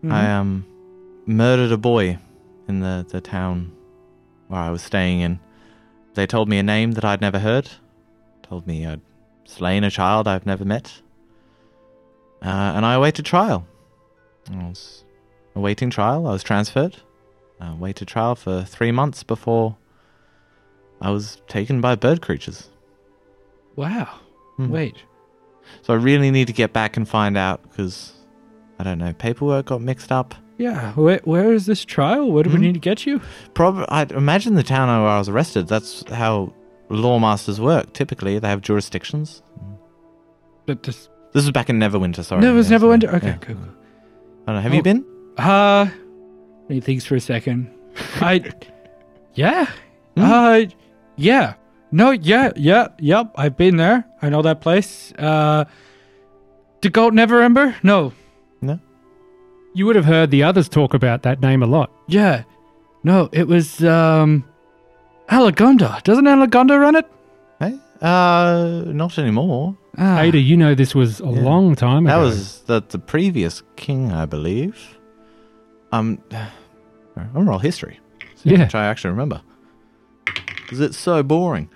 S3: Mm-hmm.
S5: I um, murdered a boy in the, the town where I was staying in. They told me a name that I'd never heard, told me I'd slain a child I've never met. Uh, and I awaited trial. I was awaiting trial. I was transferred. I waited trial for three months before I was taken by bird creatures.
S3: wow.
S5: Hmm.
S3: Wait.
S5: So I really need to get back and find out because, I don't know, paperwork got mixed up.
S3: Yeah. Where, where is this trial? Where do
S5: Hmm?
S3: we need to get you?
S5: Prob- I imagine the town where I was arrested. That's how lawmasters work. Typically, they have jurisdictions.
S3: But this,
S5: This was back in Neverwinter. Sorry,
S3: no, it was
S5: Yes,
S3: never
S5: yeah,
S3: went. Okay.
S5: yeah.
S3: Cool.
S5: I don't know. Have
S3: Oh.
S5: you been?
S3: cool. Uh, he thinks for a second. I. Yeah.
S5: Hmm?
S3: Uh, yeah. No. Yeah. Yeah. Yep. I've been there. I know that place. Uh, the goat never ember. No.
S1: You would have heard the others talk about that name a lot.
S3: Yeah. No, it was um Alagonda. Doesn't Alagonda run it?
S5: Hey? Uh, not anymore.
S3: Ah,
S1: Ada, you know this was a
S5: Yeah.
S1: long time
S5: That
S1: ago.
S5: was the, the previous king, I believe. Um, I'm roll history. See
S1: Yeah.
S5: How much I actually remember. Because it's so boring.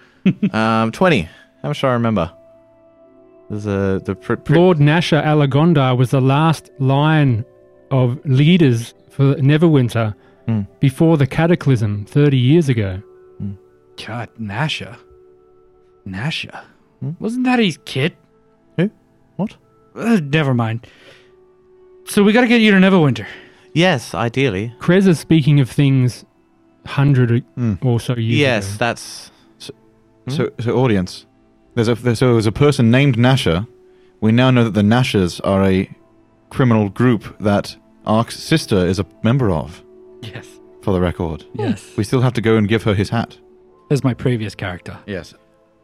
S5: um, twenty. How much do I remember? There's a the pre- pre-
S1: Lord Nasher Alagondar was the last line of leaders for Neverwinter
S5: Hmm.
S1: before the cataclysm 30 years ago.
S3: God, Nasha. Nasha.
S5: Hmm?
S3: Wasn't that his kid?
S5: Who? What?
S3: Uh, never mind. So we gotta get you to Neverwinter.
S5: yes, ideally.
S1: Krez is speaking of things 100
S4: Hmm.
S1: or so years
S5: yes,
S1: ago.
S5: that's
S4: So, so audience, there's a there, so there's a person named Nasher. We now know that the Nashers are a criminal group that Ark's sister is a member of.
S3: Yes.
S4: For the record,
S3: Yes.
S4: we still have to go and give her his hat.
S3: As my previous character.
S4: Yes.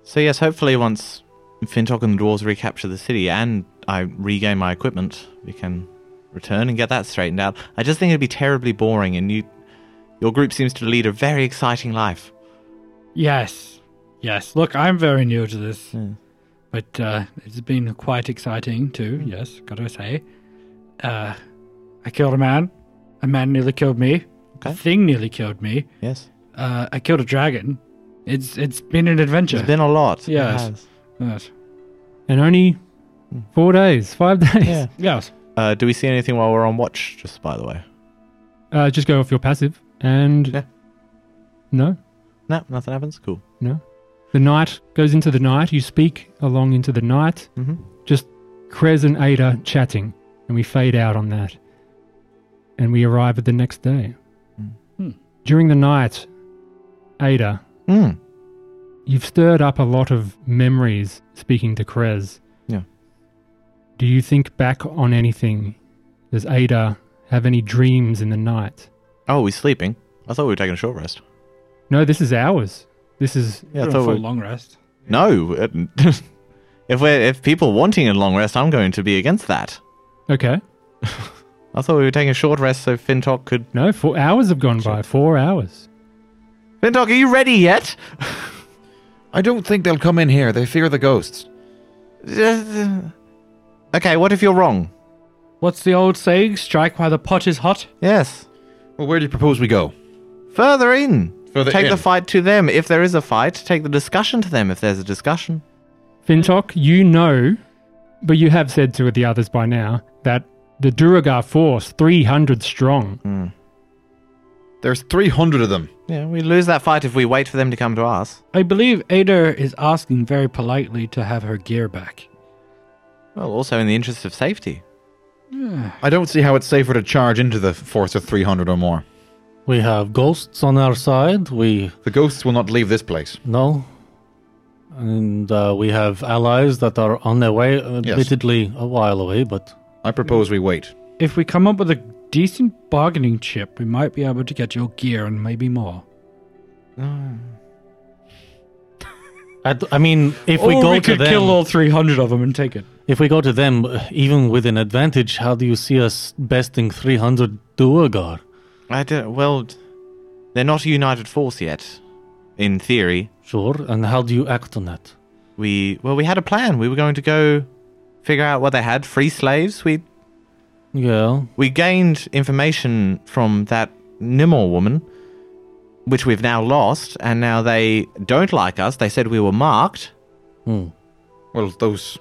S5: so. Yes, hopefully once Fintok and the dwarves recapture the city and I regain my equipment, we can return and get that straightened out. I just think it'd be terribly boring, and you, your group seems to lead a very exciting life.
S3: Yes. Yes. Look, I'm very new to this.
S5: Yeah.
S3: But uh, it's been quite exciting
S5: Hmm.
S3: too, yes, gotta say. Uh, I killed a man. A man nearly killed me.
S5: Okay.
S3: A thing nearly killed me.
S5: Yes,
S3: Uh, I killed a dragon. It's It's been an adventure.
S5: it's been a lot. It
S3: Yes.
S5: has.
S3: yes.
S1: And only four days, five days.
S5: Hmm. Yeah.
S3: Yes.
S5: Uh, do we see anything while we're on watch? Just by the way.
S1: Uh, just go off your passive and.
S5: Yeah.
S1: No,
S5: No, nothing happens. Cool.
S1: no. The night goes into the night. You speak along into the night.
S5: Mm-hmm.
S1: just Krez and Ada chatting, and we fade out on that. And we arrive at the next day.
S3: Hmm.
S1: During the night, Ada,
S5: Mm.
S1: you've stirred up a lot of memories speaking to Krez.
S5: Yeah.
S1: Do you think back on anything? Does Ada have any dreams in the night?
S5: Oh, we're sleeping. I thought we were taking a short rest.
S1: No, this is ours. This is
S5: Yeah, I
S3: for
S5: thought
S3: a
S5: we.
S3: long rest.
S5: No, it- if we're if people wanting a long rest, I'm going to be against that.
S1: okay.
S5: I thought we were taking a short rest so Fintok could.
S1: No, four hours have gone by. Four hours.
S5: Fintok, are you ready yet?
S4: I don't think they'll come in here. They fear the ghosts.
S5: Uh, okay, what if you're wrong?
S3: What's the old saying? Strike while the pot is hot.
S5: Yes.
S4: Well, where do you propose we go?
S5: Further in.
S4: Further
S5: take
S4: in.
S5: the fight to them if there is a fight. Take the discussion to them if there's a discussion.
S1: Fintok, you know, but you have said to the others by now that the Duragar force, 300 strong,
S4: There's 300 of them.
S5: Yeah, we lose that fight if we wait for them to come to us.
S3: I believe Ada is asking very politely to have her gear back.
S5: Well, also in the interest of safety.
S4: I don't see how it's safer to charge into the force of 300 or more.
S6: We have ghosts on our side. We
S4: The ghosts will not leave this place.
S6: know. And uh, we have allies that are on their way, admittedly a while away, but
S4: I propose we wait.
S3: If we come up with a decent bargaining chip, we might be able to get your gear and maybe more.
S6: I, I mean, if we
S3: or
S6: go
S3: we
S6: to
S3: could kill
S6: them,
S3: all 300 of them and take it.
S6: if we go to them, uh, even with an advantage, how do you see us besting 300 Duergar?
S5: I don't. Well, they're not a united force yet. In theory,
S6: Sure, and how do you act on that?
S5: we well, we had a plan. We were going to go figure out what they had. Free slaves. We
S6: Yeah,
S5: we gained information from that Nimor woman, which we've now lost, and now they don't like us. They said we were marked.
S6: hmm.
S4: Well, those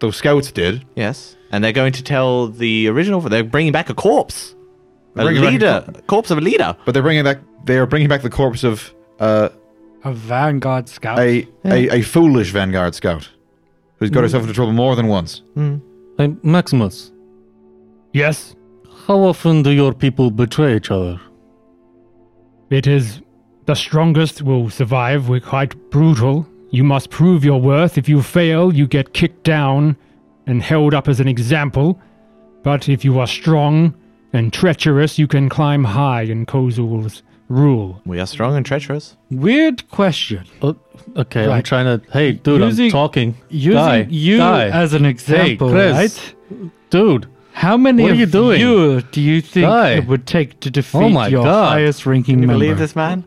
S4: those scouts did.
S5: Yes, and they're going to tell the original. They're bringing back a corpse, a
S4: Bringing back a
S5: leader, a corpse of a leader.
S4: But they're bringing back. They are bringing back the corpse of uh,
S3: A vanguard scout.
S4: a, a a foolish vanguard scout, who's got herself into trouble more than once.
S6: Hey, Maximus,
S1: Yes,
S6: how often do your people betray each other?
S1: it is the strongest will survive. We're quite brutal. You must prove your worth. If you fail, you get kicked down and held up as an example. But if you are strong and treacherous, you can climb high in Kozul's rule.
S5: We are strong and treacherous.
S3: Weird question.
S6: Oh, okay, I'm
S3: Right.
S6: trying to. Hey, dude,
S3: Using-
S6: I'm talking.
S3: Using
S6: Die,
S3: you
S6: die.
S3: as an example,
S6: Chris.
S3: right?
S6: dude.
S3: How many
S6: What are
S3: of
S6: you doing?
S3: you do you think
S6: Die.
S3: it would take to defeat
S6: my
S3: your
S6: God.
S3: highest ranking
S5: Can you
S3: member?
S5: believe this man?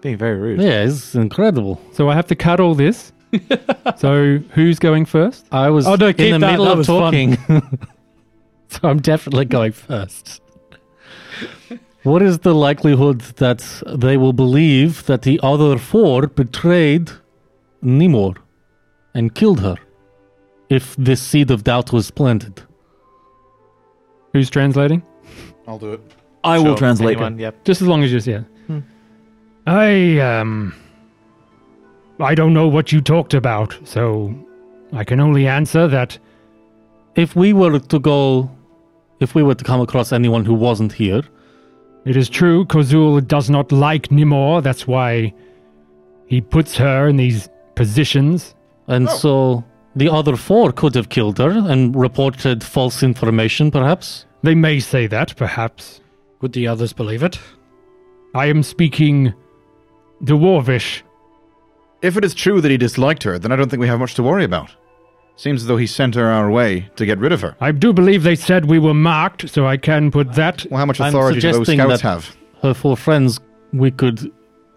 S5: Being very rude.
S6: Yeah, it's incredible.
S1: So I have to cut all this. so who's going first?
S6: I was
S3: Oh, no,
S6: in
S3: keep
S6: the
S3: that,
S6: middle
S3: that
S6: of
S3: was fun.
S6: talking, so I'm definitely going first. what is the likelihood that they will believe that the other four betrayed Nimor and killed her? If this seed of doubt was planted,
S1: Who's translating?
S4: I'll do it.
S5: I
S4: will translate
S5: Anyone, yep.
S1: Just as long as you're yeah. I um I don't know what you talked about, so I can only answer that
S6: if we were to go, if we were to come across anyone who wasn't here,
S1: it is true Kozul does not like Nimor, that's why he puts her in these positions.
S6: And so the other four could have killed her and reported false information, perhaps.
S1: They may say that, perhaps.
S3: Would the others believe it?
S1: I am speaking Dwarvish.
S4: If it is true that he disliked her, then I don't think we have much to worry about. Seems as though he sent her our way to get rid of her.
S1: I do believe they said we were marked, so I can put that
S4: Well, how much
S6: I'm
S4: authority do those
S6: suggesting
S4: scouts
S6: that-
S4: have?
S6: Her four friends, we could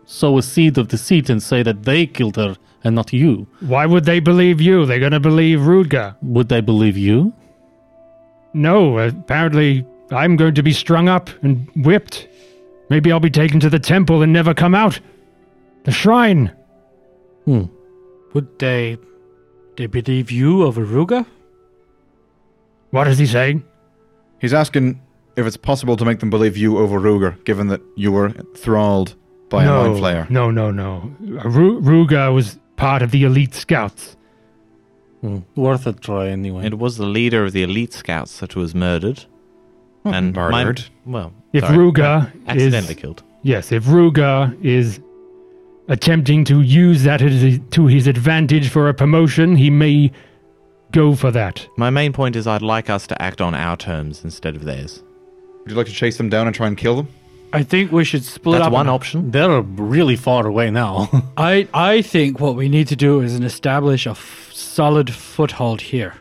S6: sow a seed of deceit and say that they killed her and not you.
S1: why would they believe you? They're gonna believe Rudger.
S6: Would they believe you?
S1: No, apparently I'm going to be strung up and whipped. Maybe I'll be taken to the temple and never come out. The shrine.
S6: Hmm.
S3: Would they they believe you over Ruga?
S1: What is he saying?
S4: He's asking if it's possible to make them believe you over Ruger, given that you were thralled by a mind flayer.
S1: no, no, no. Ru- Ruga was part of the elite scouts.
S6: Hmm. Worth a try, anyway.
S5: It was the leader of the elite scouts that was murdered.
S4: Well,
S5: and my-
S4: murdered.
S5: well,
S1: If
S5: sorry,
S1: Ruga
S5: accidentally
S1: is
S5: killed.
S1: yes, if Ruga is attempting to use that as- to his advantage for a promotion, he may go for that.
S5: My main point is I'd like us to act on our terms instead of theirs.
S4: Would you like to chase them down and try and kill them?
S3: I think we should split
S5: That's
S3: up.
S5: one option.
S6: They're really far away now.
S3: I I think what we need to do is establish a f- solid foothold here,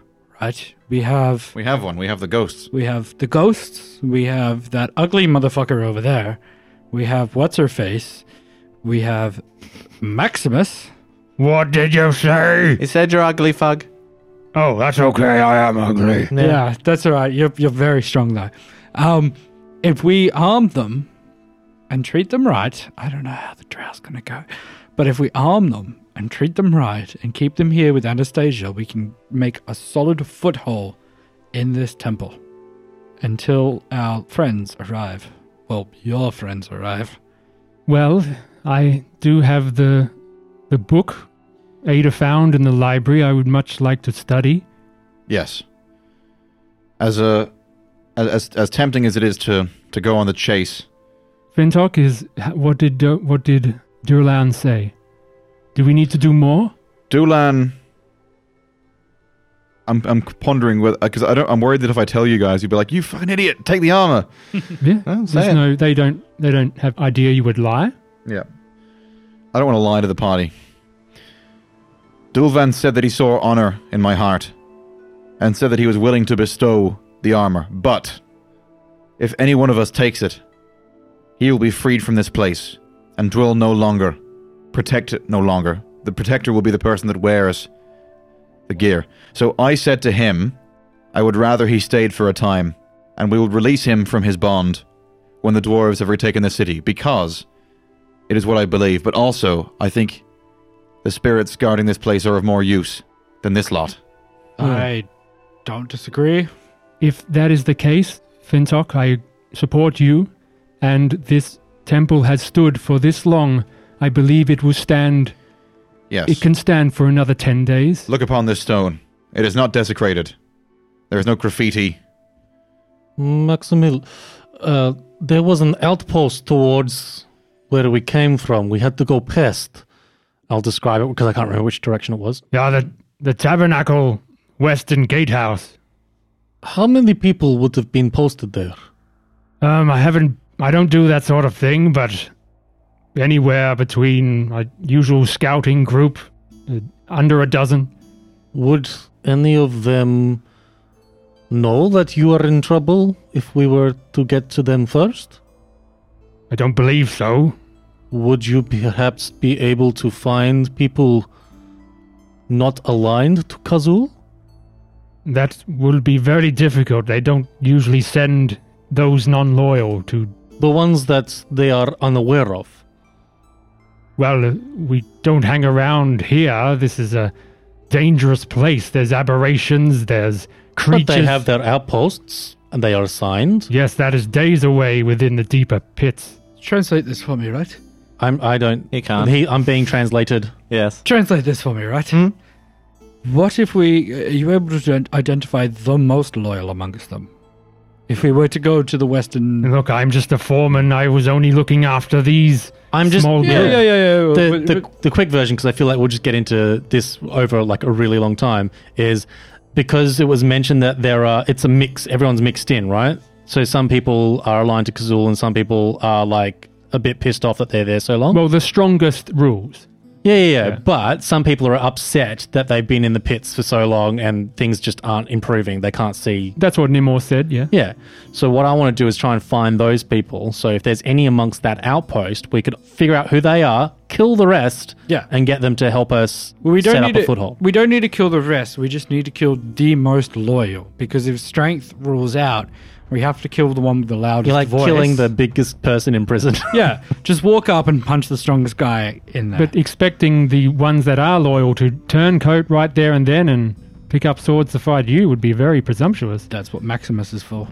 S3: right? We have
S4: We have one. We have the ghosts.
S3: we have the ghosts, we have that ugly motherfucker over there, we have what's her face, we have Maximus.
S1: What did you say?
S5: He said you're ugly, fug.
S1: Oh, that's okay. I am hungry.
S3: Yeah, that's all right. You're you're very strong there. Um, if we arm them and treat them right, I don't know how the trial's gonna go, but if we arm them and treat them right and keep them here with Anastasia, we can make a solid foothold in this temple until our friends arrive. Well, your friends arrive.
S1: Well, I do have the the book Ada found in the library. I would much like to study.
S4: Yes. As a as as tempting as it is to to go on the chase,
S1: Fintok is what did Do- what did Durlan say? Do we need to do more?
S4: Dulan I'm I'm pondering whether because I don't. I'm worried that if I tell you guys, you'd be like, "You fucking idiot! Take the armor."
S1: Yeah.
S4: I'm
S1: There's
S4: saying.
S1: no, they don't, they don't have idea you would lie.
S4: Yeah. I don't want to lie to the party. Dulvan said that he saw honor in my heart and said that he was willing to bestow the armor. But if any one of us takes it, he will be freed from this place and dwell no longer, protect it no longer. The protector will be the person that wears the gear. So I said to him, I would rather he stayed for a time, and we will release him from his bond when the dwarves have retaken the city, because it is what I believe, but also I think the spirits guarding this place are of more use than this lot.
S3: I don't disagree.
S1: If that is the case, Fintok, I support you, and this temple has stood for this long. I believe it will stand.
S4: Yes.
S1: It can stand for another ten days.
S4: Look upon this stone. It is not desecrated. There is no graffiti.
S6: Maximil, uh, there was an outpost towards where we came from. We had to go past. I'll describe it because I can't remember which direction it was.
S1: Yeah, the the tabernacle, western gatehouse.
S6: How many people would have been posted there?
S1: Um, I haven't. I don't do that sort of thing, but anywhere between a usual scouting group, uh, under a dozen.
S6: Would any of them know that you are in trouble if we were to get to them first?
S1: I don't believe so.
S6: Would you perhaps be able to find people not aligned to Kazul?
S1: That will be very difficult. They don't usually send those non-loyal to.
S6: The ones that they are unaware of?
S1: Well, uh, we don't hang around here. This is a dangerous place. There's aberrations. There's creatures.
S6: But they have their outposts and they are assigned.
S1: Yes, that is days away within the deeper pits.
S3: Translate this for me, right?
S6: I'm I don't
S5: He can't.
S6: He, I'm being translated.
S5: Yes.
S3: Translate this for me, right?
S6: Hmm?
S3: What if we. uh, Are you able to ident- identify the most loyal amongst them? If we were to go to the western.
S1: Look, I'm just a foreman. I was only looking after these.
S6: I'm just
S1: Small
S3: Yeah,
S1: group.
S3: yeah, yeah. yeah.
S6: the,
S3: but-
S6: the,
S3: but-
S6: the quick version because I feel like we'll just get into this over like a really long time is because it was mentioned that there are it's a mix everyone's mixed in right so some people are aligned to Kazul and some people are like a bit pissed off that they're there so long
S1: Well, the strongest rules.
S6: yeah, yeah yeah but some people are upset that they've been in the pits for so long and things just aren't improving they can't see
S1: That's what Nimor said, yeah.
S6: yeah so what I want to do is try and find those people so if there's any amongst that outpost we could figure out who they are kill the rest
S3: Yeah.
S6: and get them to help us
S3: we don't
S6: set
S3: need
S6: up a
S3: to,
S6: foothold.
S3: We don't need to kill the rest. We just need to kill the most loyal. Because if strength rules out, we have to kill the one with the loudest
S6: You're like
S3: voice.
S6: killing the biggest person in prison.
S3: Yeah, just walk up and punch the strongest guy in there.
S1: But expecting the ones that are loyal to turn coat right there and then and pick up swords to fight you would be very presumptuous.
S3: That's what Maximus is for.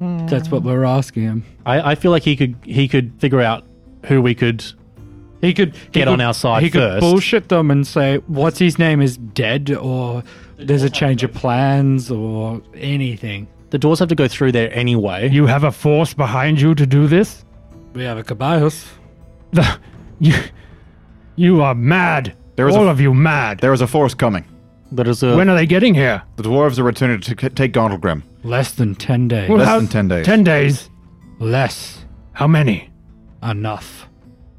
S6: Hmm.
S3: That's what we're asking him.
S6: I, I feel like he could he could figure out who we could.
S3: He could
S6: Get
S3: he
S6: on
S3: could-
S6: our side
S3: He could
S6: first.
S3: bullshit them and say, "What's his name is dead," or "There's a change of plans," or anything.
S6: The doors have to go through there anyway.
S1: You have a force behind you to do this?
S3: We have a Caballos.
S1: The, you, you are mad.
S4: There is
S1: All
S4: a-
S1: of you mad.
S4: There is a force coming.
S6: There is a
S1: When are they getting here?
S4: The dwarves are returning to c- take Gondelgrim.
S3: Less than ten days.
S1: Well,
S4: Less than 10 days.
S1: 10 days?
S3: Less
S1: How many?
S3: enough.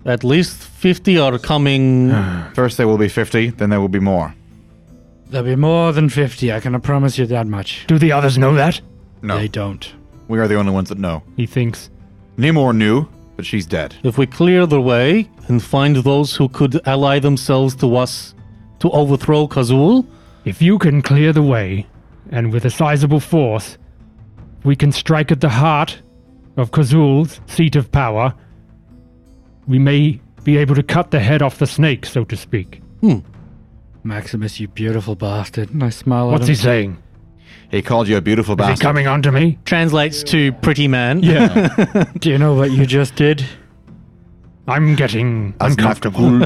S6: at least fifty are coming.
S4: First there will be 50, then there will be more.
S3: There'll be more than fifty. I can promise you that much.
S1: Do the others know that?
S4: No,
S3: They don't.
S4: we are the only ones that know.
S1: He thinks.
S4: Nimor knew, but she's dead.
S6: if we clear the way and find those who could ally themselves to us to overthrow Kazul,
S1: If you can clear the way, and with a sizable force, we can strike at the heart of Kazul's seat of power. We may be able to cut the head off the snake, so to speak.
S3: Maximus, you beautiful bastard. And I smile
S1: What's
S3: at him.
S1: he saying?
S4: He called you a beautiful
S1: Is he
S4: bastard.
S1: coming onto me?
S6: translates to pretty man.
S1: Yeah.
S3: Do you know what you just did?
S1: I'm getting uncomfortable.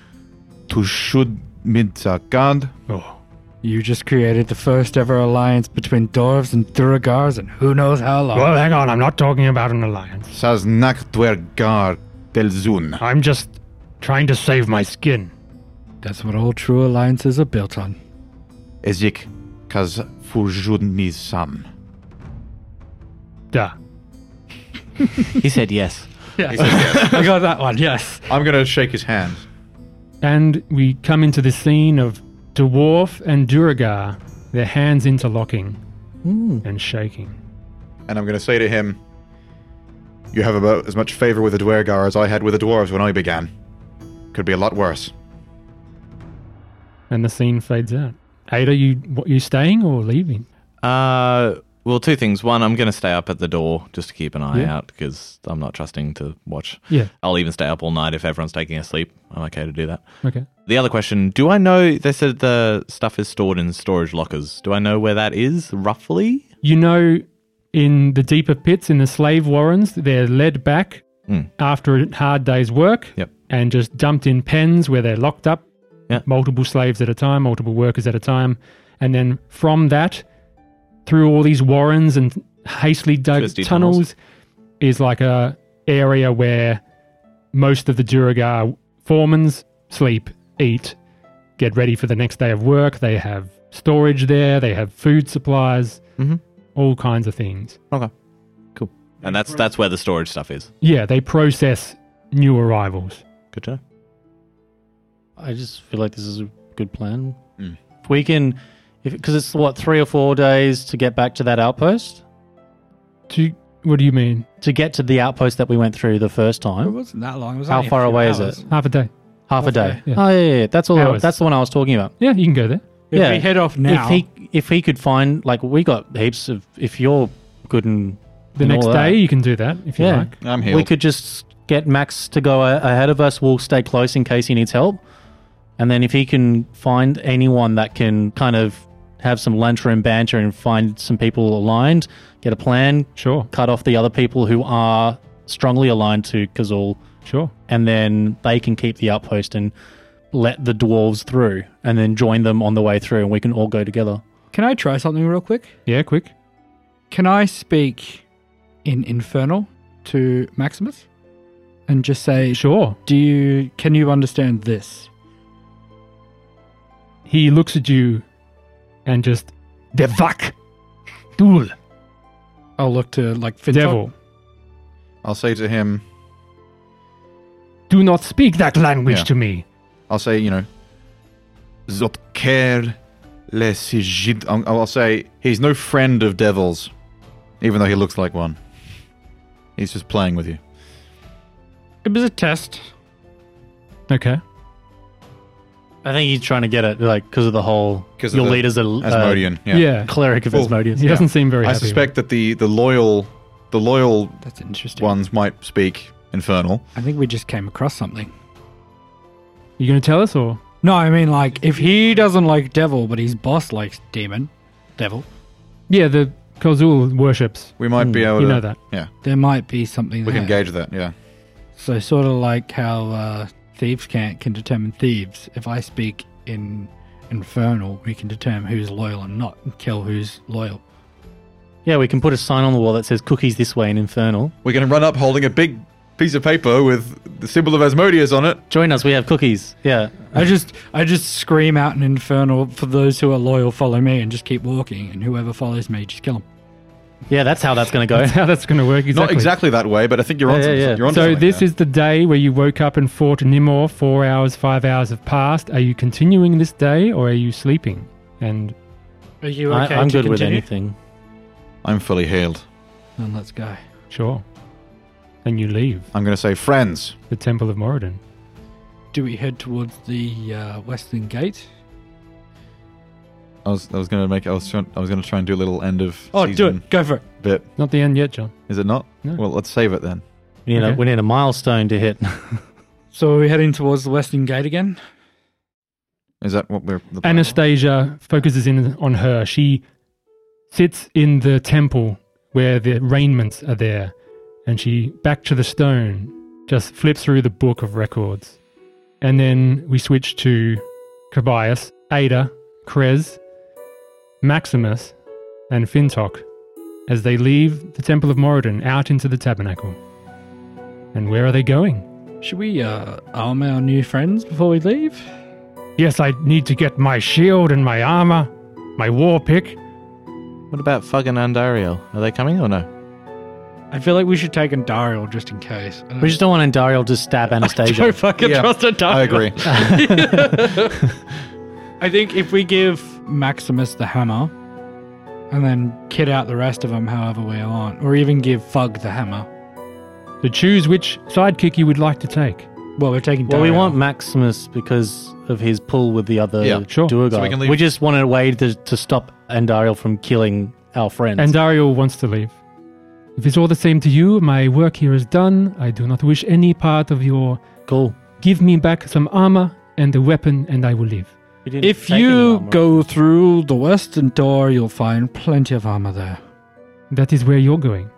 S4: to should Midsagand.
S1: Oh,
S3: You just created the first ever alliance between dwarves and Duragars and who knows how long.
S1: Well, hang on. I'm not talking about an alliance.
S4: Saznak Dwergar Delzun.
S1: I'm just trying to save my skin.
S3: That's what all true alliances are built on.
S4: Ezik Kaz Fujuni's son.
S1: Duh.
S5: he said yes.
S3: I got that one. Yes.
S4: I'm going to shake his hand.
S1: And we come into the scene of Dwarf and Duragar, their hands interlocking and shaking.
S4: and I'm going to say to him, "You have about as much favor with the Dwergar as I had with the dwarves when I began. Could be a lot worse."
S1: And the scene fades out. Ada, you what, you staying or leaving?
S5: Uh, well, two things. One, I'm going to stay up at the door just to keep an eye
S1: Yeah.
S5: out because I'm not trusting to watch.
S1: Yeah.
S5: I'll even stay up all night if everyone's taking a sleep. I'm okay to do that.
S1: Okay.
S5: The other question: Do I know? They said the stuff is stored in storage lockers. Do I know where that is roughly?
S1: You know, in the deeper pits, in the slave warrens, they're led back
S5: Mm.
S1: after a hard day's work
S5: Yep.
S1: and just dumped in pens where they're locked up,
S5: Yeah.
S1: multiple slaves at a time, multiple workers at a time. And then from that, through all these warrens and hastily dug
S5: Twisty
S1: tunnels,
S5: tunnels.
S1: is like a area where most of the Duragar foremans sleep, eat, get ready for the next day of work. They have storage there, they have food supplies,
S5: Mhm.
S1: all kinds of things.
S5: And that's that's where the storage stuff is.
S1: Yeah, they process new arrivals.
S5: Good to know.
S6: I just feel like this is a good plan.
S4: Mm.
S6: If we can, because it's what three or four days to get back to that outpost.
S1: Do you, what do you mean?
S6: To get to the outpost that we went through the first
S3: It
S6: time,
S3: wasn't that long. It was
S6: How
S3: only a
S6: far
S3: few
S6: away is
S3: hours.
S6: it?
S1: Half a day.
S6: half a day.
S1: yeah.
S6: Oh yeah, yeah, yeah. that's all.
S1: Hours.
S6: That's the one I was talking about.
S1: Yeah, you can go there.
S3: If
S6: Yeah.
S3: we head off now,
S6: If he if he could find like we got heaps of if you're good and
S1: The
S6: and
S1: next
S6: all
S1: day,
S6: that.
S1: you can do that if you
S6: Yeah.
S1: like.
S4: I'm
S6: we
S4: healed.
S6: could just get Max to go a- ahead of us. We'll stay close in case he needs help. And then if he can find anyone that can kind of have some lunchroom banter and find some people aligned, get a plan,
S1: Sure,
S6: cut off the other people who are strongly aligned to Kazul,
S1: sure.
S6: and then they can keep the outpost and let the dwarves through and then join them on the way through and we can all go together.
S3: can I try something real quick?
S1: Yeah, quick.
S3: Can I speak in Infernal to Maximus and just say,
S1: Sure.
S3: "Do you can you understand this?"
S1: He looks at you and just the fuck, Duel,
S3: I'll look to like Fintok.
S1: devil.
S4: I'll say to him,
S1: Do not speak that language
S4: Yeah.
S1: to me.
S4: "I'll say, you know, Zotker le Sigid." I'll I'll say he's no friend of devils, even though he looks like one. He's just playing with you.
S3: It was a test.
S1: Okay.
S6: I think he's trying to get it like because of the whole
S4: 'Cause of
S6: your
S4: the
S6: leaders are uh,
S4: Asmodian.
S1: Yeah.
S6: cleric of
S4: Well,
S6: Asmodeus.
S1: He doesn't seem very
S4: I
S1: happy.
S4: suspect that the the loyal the loyal
S3: That's interesting.
S4: ones might speak infernal.
S3: I think we just came across something.
S1: You going to tell us or?
S3: No, I mean like if he doesn't like devil, but his boss likes demon, devil.
S1: Yeah, the Kozul worships.
S4: We might be able
S1: You
S4: to
S1: know that.
S3: There might be something
S4: We
S3: there.
S4: can gauge that. Yeah.
S3: So sort of like how uh, thieves can't can determine thieves. If I speak in infernal, we can determine who's loyal and not, and kill who's loyal.
S6: Yeah, we can put a sign on the wall that says cookies this way in Infernal.
S4: We're going to run up holding a big piece of paper with the symbol of Asmodeus on it.
S6: Join us, we have cookies. Yeah.
S3: I just I just scream out in infernal for those who are loyal, follow me, and just keep walking, and whoever follows me, just kill them.
S6: Yeah, that's how that's going to go.
S1: That's how that's going to work exactly.
S4: Not exactly that way, but I think you're on.
S6: Yeah,
S4: something.
S6: yeah, yeah.
S4: You're on
S1: So this is the day where you woke up and fought Nimor. Four hours, five hours have passed. Are you continuing this day or are you sleeping? And
S3: Are you
S6: I,
S3: okay?
S6: I'm
S3: to
S6: good with
S3: continue?
S6: anything.
S4: I'm fully healed.
S3: Then let's go.
S1: sure. And you leave
S4: I'm going to say, friends,
S1: the Temple of Moradin.
S3: Do we head towards the uh, western gate?
S4: I was I was going to make I was trying, I was going to try and do a little end of
S3: Oh, do
S4: season
S3: it. Go for it.
S4: bit.
S1: Not the end yet, John.
S4: Is it not?
S1: No.
S4: Well, let's save it then.
S6: We need, a,
S1: Okay.
S6: we need a milestone to hit.
S3: So are we heading towards the western gate again?
S4: Is that what we're? The plan?
S1: Anastasia focuses in on her. She sits in the temple where the raiments are there, and she, back to the stone, just flips through the book of records. And then we switch to Cobias, Ada, Krez, Maximus, and Fintok as they leave the Temple of Moradin out into the tabernacle. And where are they going?
S3: Should we uh, arm our new friends before we leave?
S1: Yes, I need to get my shield and my armor. my war pick.
S5: What about Fuggin and Ariel? Are they coming or no?
S3: I feel like we should take Andariel just in case. I don't-
S6: We just don't want Andariel to stab Anastasia.
S3: don't fucking
S4: Yeah,
S3: trust Andariel.
S4: I agree.
S3: I think if we give Maximus the hammer and then kit out the rest of them however we want, or even give Fug the hammer.
S1: So choose which sidekick you would like to take.
S3: Well, we're taking
S6: well, we
S3: Dario.
S6: want Maximus because of his pull with the other
S4: Yeah,
S1: sure.
S6: duergar.
S4: So we can leave-
S6: we just wanted a way to, to stop Andariel from killing our friends.
S1: And uh, Dariel wants to leave. If it's all the same to you, my work here is done. I do not wish any part of your.
S6: cool.
S1: Give me back some armor and a weapon, and I will leave.
S6: We didn't
S3: If
S6: take any
S3: you
S6: armor.
S3: go through the western door, you'll find plenty of armor there.
S1: That is where you're going.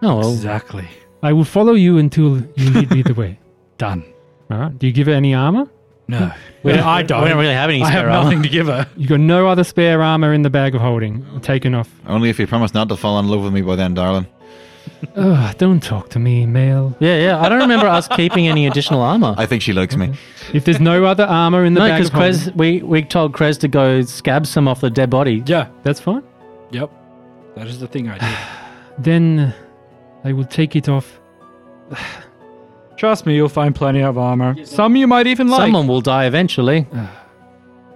S6: oh, well,
S3: Exactly.
S1: I will follow you until you lead me the way.
S3: Done.
S1: All right. Do you give her any armor?
S3: No.
S6: we don't,
S3: I don't.
S6: We don't really have any
S3: I have
S6: spare armor.
S3: nothing to give her.
S1: You got no other spare armor in the bag of holding. Taken off.
S4: Only if you promise not to fall in love with me by then, darling.
S1: Ugh, don't talk to me, male.
S6: Yeah, yeah. I don't remember us keeping any additional armor.
S4: I think she likes me.
S1: If there's no other armor in the
S6: no,
S1: bag
S6: because
S1: of holding,
S6: Krez, we, we told Krez to go scab some off the dead body.
S3: Yeah.
S1: that's fine.
S3: Yep. That is the thing I did.
S1: Then uh, I will take it off.
S3: Trust me, you'll find plenty of armor. Some you might even like.
S6: Someone will die eventually.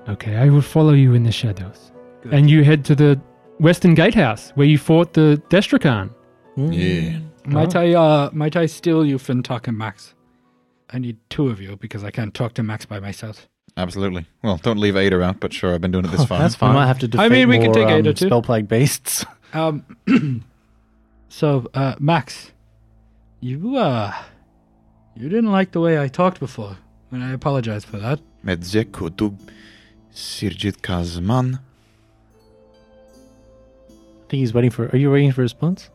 S1: Okay, I will follow you in the shadows. And you head to the Western Gatehouse where you fought the Destrakan.
S4: Yeah.
S1: Oh. Uh-huh.
S3: Might I, uh, might I steal you, Fintuck and Max? I need two of you because I can't talk to Max by myself.
S4: Absolutely. Well, don't leave Ada out, but sure, I've been doing it this far.
S5: That's
S6: We
S5: fine.
S6: might have to defeat
S3: I mean, we could
S6: more,
S3: take Ada
S6: um,
S3: too.
S6: spell plague beasts.
S3: Um, so, uh, Max, you, uh, you didn't like the way I talked before, and I apologize for that.
S4: Medze Kutub Sirjit Kazman.
S6: I think he's waiting for. Are you waiting for a response?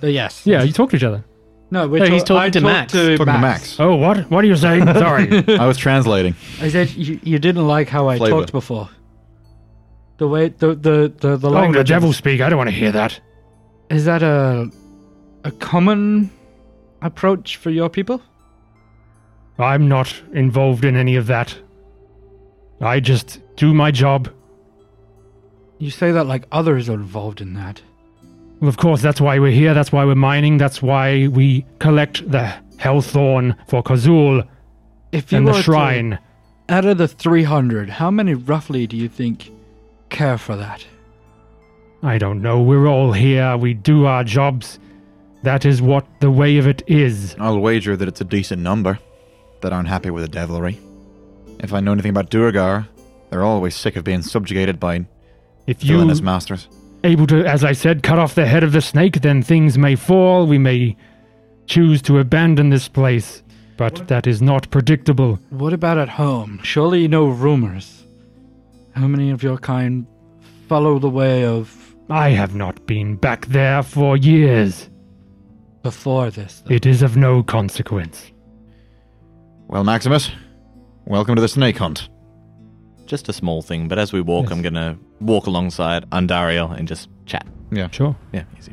S3: Uh, yes.
S1: Yeah, you talk to each other.
S3: No, we're
S6: No, he's
S3: talk-
S6: talking
S3: I
S6: to
S3: talked
S6: Max.
S3: To
S4: Talking
S3: Max.
S4: to Max.
S1: Oh, what? What are you saying? Sorry.
S4: I was translating.
S3: I said you, you didn't like how I
S4: Flavor.
S3: talked before. The way the the the, the
S1: oh,
S3: language
S1: the devil speak. I don't want to hear that.
S3: is that a a common approach for your people?
S1: I'm not involved in any of that. I just do my job.
S3: You say that like others are involved in that.
S1: Well, of course, that's why we're here. That's why we're mining. That's why we collect the Hellthorn for Kazul
S3: If you
S1: and the
S3: were to-
S1: shrine.
S3: out of the three hundred, how many roughly do you think care for that?
S1: I don't know. We're all here. We do our jobs. That is what the way of it is.
S4: I'll wager that it's a decent number that aren't happy with the devilry. If I know anything about Durgar, they're always sick of being subjugated by
S1: If you
S4: villainous masters.
S1: able to, as I said, cut off the head of the snake, then things may fall. We may choose to abandon this place, but that is not predictable.
S3: What about at home? Surely you know rumors. How many of your kind follow the way of
S1: I have not been back there for years.
S3: before this? though?
S1: It is of no consequence.
S4: Well, Maximus, welcome to the snake hunt.
S5: Just a small thing, but as we walk,
S1: Yes.
S5: I'm going to walk alongside Andariel and just chat.
S1: Sure.
S5: Yeah, easy.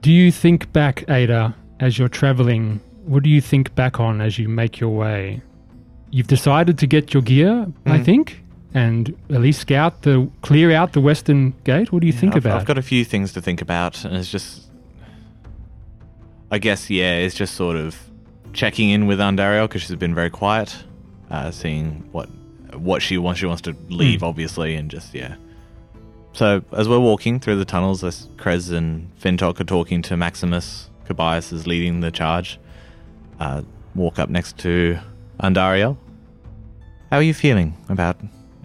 S1: Do you think back, Ada, as you're traveling? What do you think back on as you make your way? You've decided to get your gear,
S5: Mm.
S1: I think, and at least scout the clear out the western gate. What do you think
S5: I've,
S1: about?
S5: I've got a few things to think about, and it's just. I guess, yeah, it's just sort of checking in with Andario because she's been very quiet, uh, seeing what what she wants. She wants to
S1: Hmm.
S5: leave, obviously, and just, yeah. So, as we're walking through the tunnels, as Krez and Fintok are talking to Maximus, Kobayas is leading the charge. Uh, walk up next to uh, Andario. How are you feeling about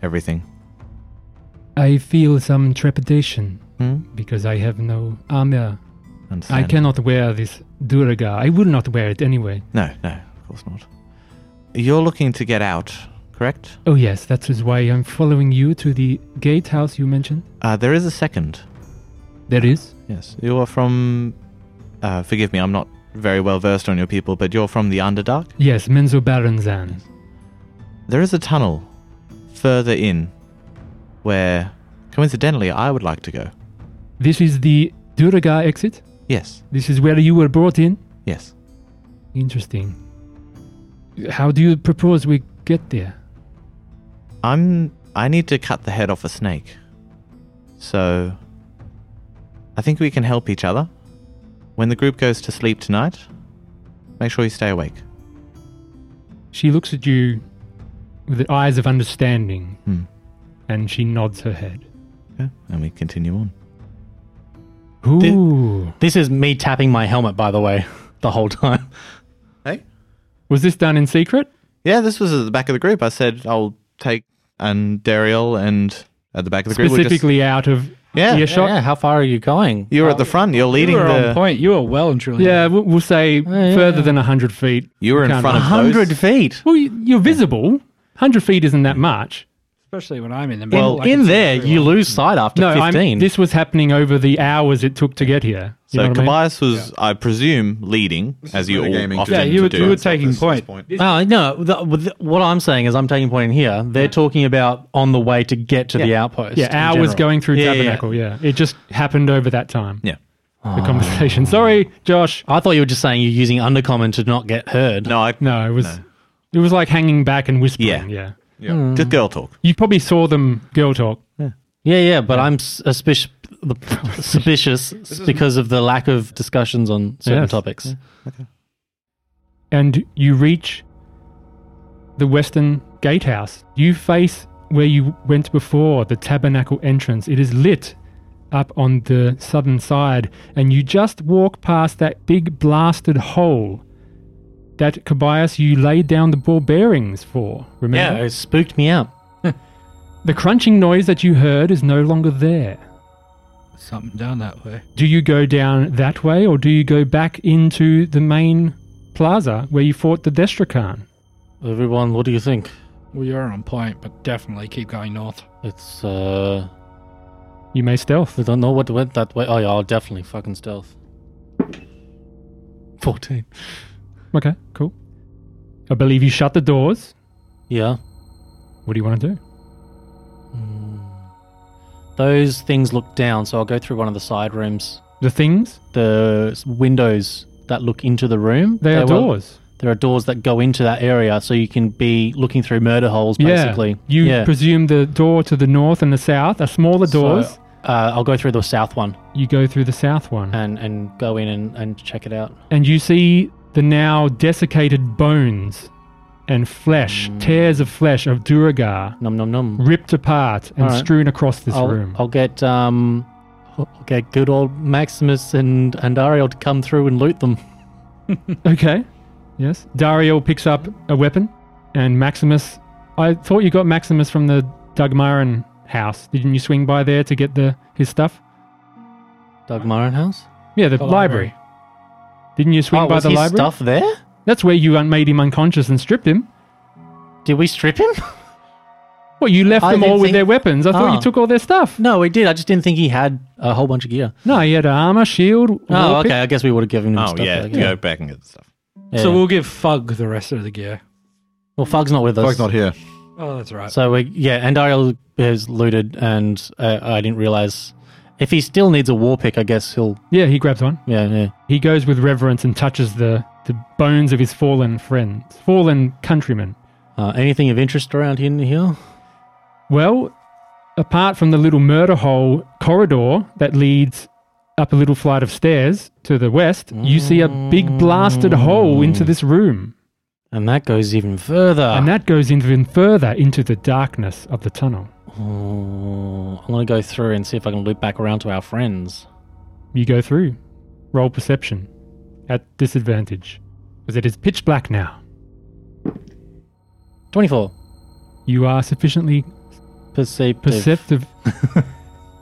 S5: everything?
S1: I feel some trepidation
S5: Hmm?
S1: because I have no armor. I
S5: Understand?
S1: cannot wear this duragar. I would not wear it anyway.
S5: No, no, of course not. You're looking to get out, correct?
S1: Oh yes, that is why I'm following you to the gatehouse you mentioned.
S5: Uh, there is a second.
S1: There is.
S5: Yes, you are from. Uh, forgive me, I'm not very well versed on your people, but you're from the Underdark.
S1: Yes, Menzo Baranzan.
S5: There is a tunnel further in where, coincidentally, I would like to go.
S1: This is the duragar exit.
S5: Yes,
S1: This is where you were brought in.
S5: yes.
S1: Interesting. How do you propose we get there?
S5: I'm. I need to cut the head off a snake. So I think we can help each other. When the group goes to sleep tonight, make sure you stay awake.
S1: She looks at you with the eyes of understanding
S5: Hmm.
S1: and she nods her head.
S5: Okay? And we continue on.
S1: Ooh.
S6: This is me tapping my helmet, by the way, the whole time.
S5: Hey?
S1: Was this done in secret?
S5: Yeah, this was at the back of the group. I said I'll take and Daryl and at the back of the group. we'll just-
S1: Specifically out of
S5: yeah,
S1: earshot?
S6: Yeah, how far are you going?
S5: you were at the front. You're leading
S3: You were
S5: the.
S3: on point. You were well and truly.
S1: Yeah, we- we'll say further than 100 feet.
S5: You were in
S1: Can't-
S5: front of those.
S6: 100 feet.
S1: Well, you- you're visible. 100 feet isn't that much.
S3: Especially when I'm in the middle.
S6: Well,
S3: I can
S6: in
S3: see
S6: there,
S3: everyone.
S6: you lose sight after
S1: No,
S6: 15.
S1: I'm, this was happening over the hours it took to get here. You know what
S5: So
S1: I mean?
S5: Tobias was, I presume, leading as you all
S4: metagaming
S5: often
S3: Yeah, you were,
S5: do.
S3: you were taking
S4: This- this
S3: point.
S4: point.
S6: Oh, no. The, with the- what I'm saying is I'm taking point in here. They're talking about on the way to get to the outpost. in
S1: Yeah, hours
S6: general.
S1: going through
S6: Yeah, yeah, yeah.
S1: Tabernacle. Yeah. It just happened over that time.
S5: Yeah.
S1: The conversation. Sorry, Josh.
S6: I thought you were just saying you're using undercommon to not get heard.
S5: No, I,
S1: No, it was it was like hanging back and whispering.
S5: Yeah.
S1: Yeah.
S5: just girl talk.
S1: You probably saw them girl talk.
S6: Yeah, yeah, but I'm suspicious, suspicious because of the lack of discussions on certain
S1: Yes.
S6: topics.
S1: And you reach the western gatehouse. You face where you went before, the tabernacle entrance. It is lit up on the southern side, and you just walk past that big blasted hole that Cobias you laid down the ball bearings for. Remember?
S6: Yeah, it spooked me out.
S1: The crunching noise that you heard is no longer there.
S3: Something down that way.
S1: Do you go down that way or do you go back into the main plaza where you fought the Destrakan?
S6: Everyone, what do you think?
S3: Well, you're on point, but definitely keep going north.
S6: It's uh,
S1: You may stealth.
S6: we don't know what went that way. Oh yeah, I'll definitely fucking stealth. Fourteen.
S1: Okay, cool. I believe you shut the doors.
S6: Yeah,
S1: What do you want to do?
S6: those things look down, so I'll go through one of the side rooms,
S1: The things,
S6: the s- windows that look into the room.
S1: they, are
S6: There were-
S1: doors.
S6: There are doors that go into that area, so you can be looking through murder holes,
S1: Yeah.
S6: basically.
S1: You
S6: yeah.
S1: presume the door to the north and the south are smaller
S6: So,
S1: doors.
S6: uh, I'll go through the south one
S1: you go through the south one
S6: and, and go in and, and check it out.
S1: and you see the now desiccated bones and flesh,
S6: Mm.
S1: tears of flesh of Duragar
S6: Nom nom nom.
S1: ripped apart and
S6: Alright.
S1: strewn across this
S6: I'll,
S1: room.
S6: I'll get um, I'll get good old Maximus and and Ariel to come through and loot them.
S1: Okay. Yes. Dario picks up a weapon, and Maximus. I thought you got Maximus from the Dugmaran house. Didn't you swing by there to get the his stuff?
S6: Doug Myron House.
S1: Yeah, the, library.
S3: library.
S1: Didn't you swing
S6: oh,
S1: by
S6: was
S1: the
S6: his
S1: library?
S6: stuff there?
S1: That's where you un- made him unconscious and stripped him.
S6: Did we strip him?
S1: Well, you left
S6: I
S1: them all
S6: didn't
S1: with
S6: think-
S1: their weapons. I thought
S6: Ah.
S1: you took all their stuff.
S6: no, we did. I just didn't think he had a whole bunch of gear.
S1: No, he had armor, shield.
S6: Oh,
S1: war
S6: okay.
S1: pick.
S6: I guess we would have given him
S5: Oh,
S6: stuff.
S5: yeah,
S6: back,
S5: to go back and get the stuff.
S6: Yeah.
S3: So we'll give Fug the rest of the gear.
S6: well, Fug's not with us.
S4: Bug's not here.
S3: Oh, that's right.
S6: So we yeah, and Ariel has looted, and uh, I didn't realize if he still needs a war pick. I guess he'll
S1: Yeah, he grabs one.
S6: yeah yeah.
S1: He goes with reverence and touches the, the bones of his fallen friends, fallen countrymen.
S6: Uh, anything of interest around in here?
S1: Well, apart from the little murder hole corridor that leads up a little flight of stairs to the west, you see a big blasted hole into this room.
S6: And that goes even further.
S1: And that goes even further into the darkness of the tunnel.
S6: Oh, I'm gonna go through and see if I can loop back around to our friends.
S1: You go through. Roll perception at disadvantage because it is pitch black now.
S6: Twenty-four.
S1: You are sufficiently
S6: Perceptive.
S1: perceptive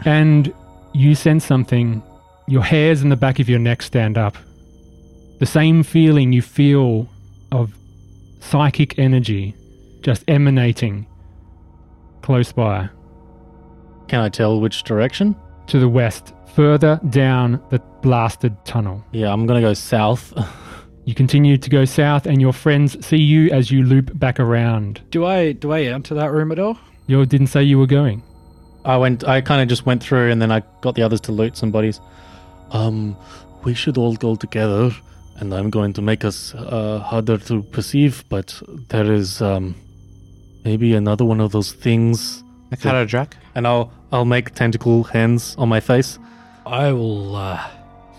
S1: and you sense something your hairs in the back of your neck stand up the same feeling you feel of psychic energy just emanating close by
S6: Can I tell which direction?
S1: to the west further down the blasted tunnel
S6: Yeah, I'm gonna go south.
S1: you continue to go south and your friends see you as you loop back around
S3: do I do I enter that room at all?
S1: you didn't say you were going
S6: I went. I kind of just went through, and then I got the others to loot some bodies. Um, we should all go together, and I'm going to make us uh, harder to perceive. But there is um, maybe another one of those things.
S5: Like Haradrak?
S6: And I'll I'll make tentacle hands on my face.
S3: I will uh,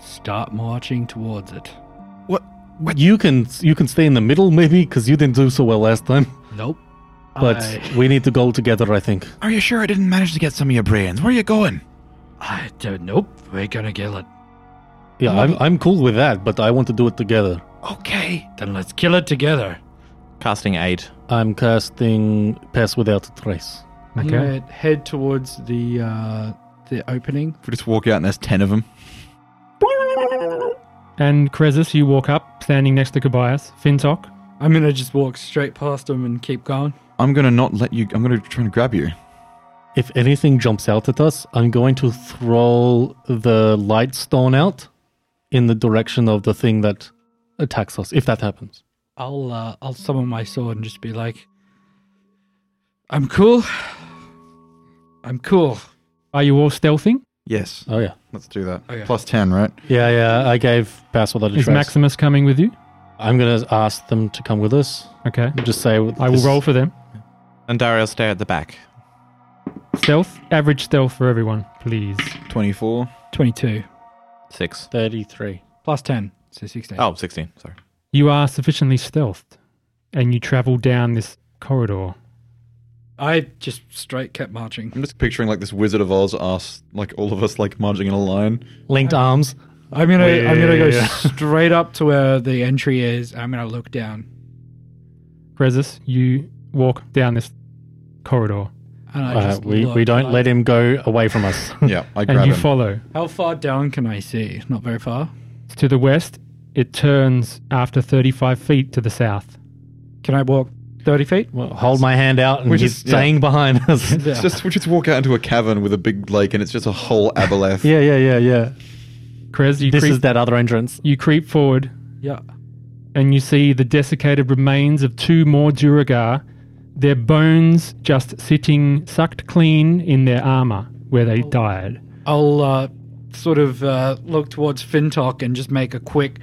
S3: start marching towards it.
S6: You can you can stay in the middle maybe because you didn't do so well last time.
S3: Nope.
S6: But
S3: I,
S6: we need to go together, I think.
S4: Are you sure I didn't manage to get some of your brains? Where are you going?
S3: I don't, nope. We're gonna kill it.
S6: Yeah, I'm I'm cool with that, but I want to do it together.
S4: Okay.
S3: Then let's kill it together.
S5: Casting aid.
S6: I'm casting pass without a trace.
S1: Okay.
S3: head towards the uh, the opening.
S4: If we just walk out and there's 10 of them.
S1: And Krezus, you walk up, standing next to Kobayas. Fintok,
S3: I'm gonna just walk straight past them and keep going.
S4: I'm going to not let you. I'm going to try and grab you.
S6: If anything jumps out at us, I'm going to throw the light stone out in the direction of the thing that attacks us, if that happens.
S3: I'll uh, I'll summon my sword and just be like, "I'm cool. I'm cool."
S1: are you all stealthing?
S4: Yes.
S6: Oh yeah.
S4: Let's do that.
S3: Okay.
S4: Plus 10, right?
S6: Yeah, yeah. I gave pass without a
S1: Is
S6: trace.
S1: Maximus coming with you?
S6: I'm gonna ask them to come with us.
S1: Okay.
S6: Just say
S1: I will
S6: this-
S1: roll for them.
S5: And Dario stay at the back.
S1: Stealth, average stealth for everyone, please.
S4: 24.
S3: Twenty-two
S5: Six.
S6: thirty-three.
S3: plus ten, so sixteen.
S5: Oh, 16. Sorry.
S1: You are sufficiently stealthed, and you travel down this corridor.
S3: I just straight kept marching.
S4: I'm just picturing like this Wizard of Oz, us, like all of us, like marching in a line.
S6: Linked arms.
S3: I'm gonna I'm gonna go straight up to where the entry is. I'm gonna look down
S1: Krezus, you walk down this corridor,
S3: and I
S6: Uh,
S3: just
S6: we,
S3: look,
S6: we don't
S3: like,
S6: let him go away from us.
S4: Yeah, I
S1: and
S4: grab
S1: you
S4: him.
S1: follow.
S3: How far down can I see? Not very far.
S1: To the west, it turns after 35 feet to the south.
S3: Can I walk thirty feet?
S6: Well, hold my hand out and
S4: Which
S6: he's
S4: is- yeah.
S6: staying behind us.
S4: It's just we just walk out into a cavern with a big lake, and it's just a whole aboleth.
S6: yeah, yeah, yeah, yeah.
S1: Krez, you,
S6: This
S1: creep,
S6: is that other entrance.
S1: you creep forward
S3: Yeah.
S1: and you see the desiccated remains of two more Duragar, their bones just sitting sucked clean in their armor where they died.
S3: I'll uh, sort of uh, look towards Fintok and just make a quick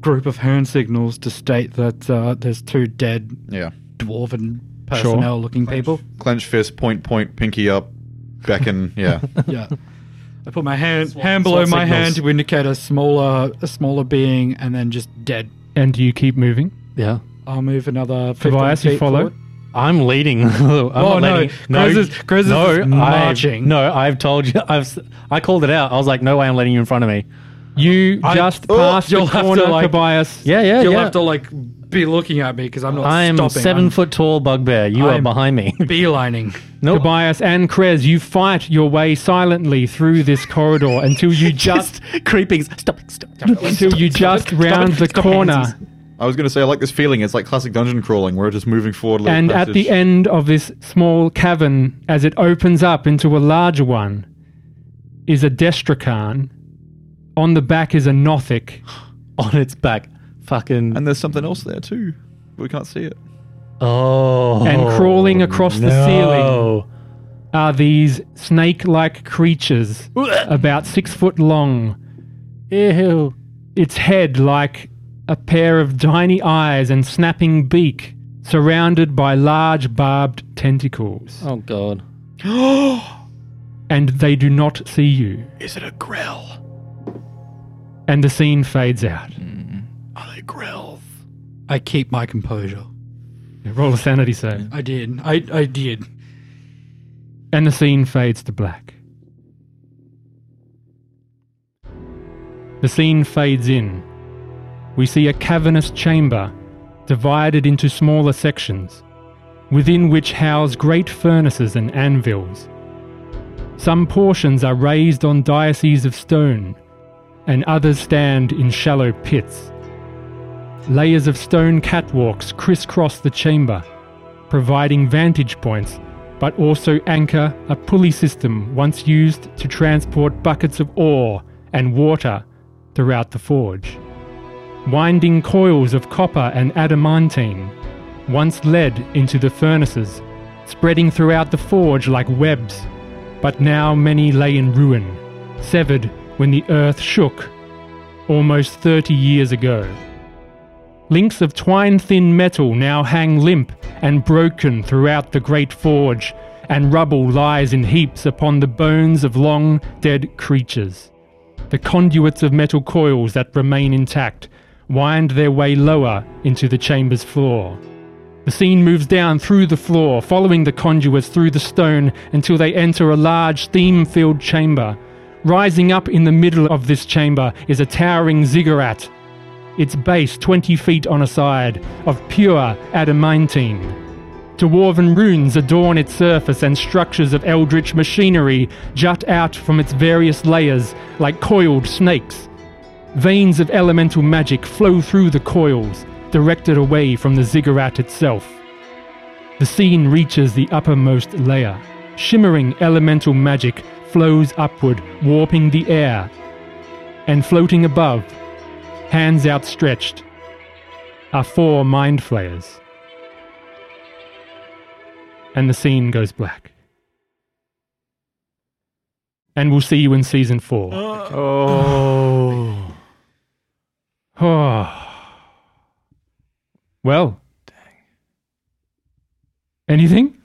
S3: group of hand signals to state that uh, there's two dead
S4: yeah.
S3: dwarven personnel looking people.
S4: Clenched fist, point, point, pinky up, beckon. Yeah.
S3: yeah. I put my hand hand below
S6: SWAT
S3: my hand
S6: signals.
S3: to indicate a smaller a smaller being and then just dead.
S1: And do you keep moving?
S6: Yeah.
S3: I'll move another 15
S1: Tobias, you
S3: feet
S1: follow?
S3: forward.
S6: I'm leading. I'm
S3: Oh,
S6: not
S3: no.
S6: letting-
S3: Chris is- Chris is
S6: no,
S3: just marching.
S6: I've, no, I've told you. I've s- I called it out. I was like, no way, I'm letting you in front of me.
S1: You
S3: I-
S1: just
S3: Oh,
S1: passed
S3: you'll
S1: the
S3: have to,
S1: corner,
S3: like-
S1: Kobayas.
S6: Yeah, yeah,
S3: You'll
S6: yeah.
S3: have to like be looking at me because I'm not
S6: I'm
S3: stopping.
S6: seven
S3: I'm
S6: foot tall bugbear. You are
S3: I'm-
S6: behind me.
S3: beelining.
S6: Nope.
S1: Tobias and Krez, you fight your way silently through this corridor until you just
S6: creeping. Stop it, stop it.
S1: until you just round the corner.
S4: I was going to say I like this feeling. It's like classic dungeon crawling, where it's just moving forward. a little
S1: And at the
S4: passage.
S1: end of this small cavern, as it opens up into a larger one, is a Destrakan. On the back is a Nothic.
S6: On its back. Fucking.
S4: and there's something else there too. but We can't see it.
S6: oh.
S1: and crawling across the ceiling.
S6: no.
S1: Are these snake-like creatures about six foot long?
S6: Ew.
S1: its head like a pair of tiny eyes and snapping beak, surrounded by large barbed tentacles.
S6: Oh, God.
S1: And they do not see you.
S4: Is it a grill?
S1: And the scene fades out.
S4: Are they grills?
S3: I keep my composure.
S1: Roll a sanity save.
S3: I did. I I did.
S1: And the scene fades to black. The scene fades in. We see a cavernous chamber divided into smaller sections, within which house great furnaces and anvils. Some portions are raised on diocese of stone, and others stand in shallow pits. Layers of stone catwalks crisscross the chamber, providing vantage points, but also anchor a pulley system once used to transport buckets of ore and water throughout the forge. Winding coils of copper and adamantine once led into the furnaces, spreading throughout the forge like webs, but now many lay in ruin, severed when the earth shook almost 30 years ago. Links of twine thin metal now hang limp and broken throughout the great forge and rubble lies in heaps upon the bones of long dead creatures. The conduits of metal coils that remain intact wind their way lower into the chamber's floor. The scene moves down through the floor, following the conduits through the stone until they enter a large steam filled chamber. Rising up in the middle of this chamber is a towering ziggurat, its base 20 feet on a side, of pure adamantine. Dwarven runes adorn its surface, and structures of eldritch machinery jut out from its various layers like coiled snakes. Veins of elemental magic flow through the coils, directed away from the ziggurat itself. The scene reaches the uppermost layer. Shimmering elemental magic flows upward, warping the air. And floating above, hands outstretched, are four mind flayers. And the scene goes black. And we'll see you in season four.
S5: Oh.
S1: Oh. Well. Dang. Anything?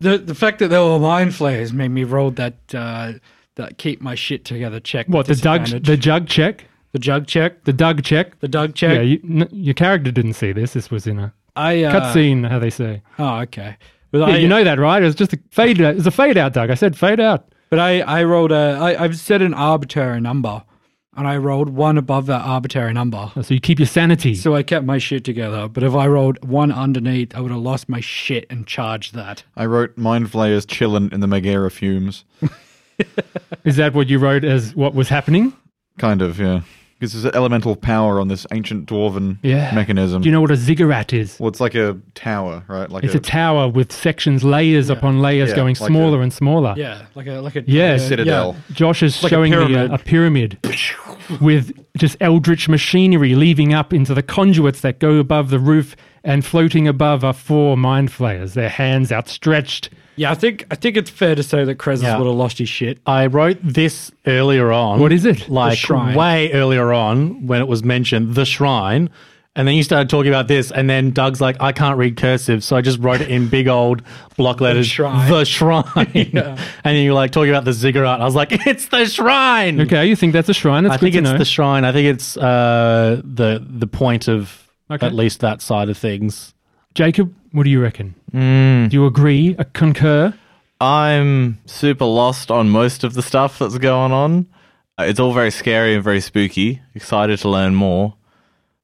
S3: The the fact that there were mind flayers made me roll that uh, that keep my shit together check.
S1: What the Doug
S3: disadvantage.
S1: the jug check?
S3: the jug check
S1: The Doug check?
S3: the Doug check.
S1: Yeah, you, n- your character didn't see this. This was in a
S3: I uh,
S1: cutscene, how they say.
S3: Oh okay. But
S1: Yeah,
S3: I,
S1: you know that, right? It was just a fade. It was a fade out, Doug. I said fade out.
S3: But I, I rolled a, I, I've set an arbitrary number, and I rolled one above that arbitrary number.
S1: So you keep your sanity.
S3: So I kept my shit together. But if I rolled one underneath, I would have lost my shit and charged that.
S4: I wrote Mind Flayers chillin' in the Megara fumes.
S1: Is that what you wrote as what was happening?
S4: Kind of, yeah. Because there's an elemental power on this ancient dwarven
S1: Yeah.
S4: mechanism.
S1: Do you know what a ziggurat is?
S4: well, it's like a tower, right? Like
S1: It's a tower with sections, layers upon layers,
S4: Yeah,
S1: going
S4: like
S1: smaller and smaller.
S3: Yeah, like a like a
S1: Yeah.
S3: uh,
S4: citadel.
S1: Josh is
S3: a
S1: showing me a, a pyramid with just eldritch machinery leaving up into the conduits that go above the roof and floating above are four mind flayers, their hands outstretched.
S3: Yeah, I think I think it's fair to say that Krezis
S6: Yeah.
S3: would have lost his shit.
S6: I wrote this earlier on.
S1: What is it?
S6: Like
S3: shrine.
S6: way earlier on when it was mentioned, the shrine. And then you started talking about this, and then Doug's like, I can't read cursive, so I just wrote it in big old block letters,
S3: shrine.
S6: the shrine. And then you're like talking about the ziggurat. I was like, it's the shrine.
S1: Okay, you think that's a shrine? That's
S6: I
S1: good
S6: think
S1: to
S6: it's
S1: know.
S6: the shrine. I think it's uh, the the point of
S1: Okay.
S6: at least that side of things.
S1: Jacob, what do you reckon? Do you agree? Uh, concur?
S5: I'm super lost on most of the stuff that's going on. Uh, It's all very scary and very spooky. Excited to learn more.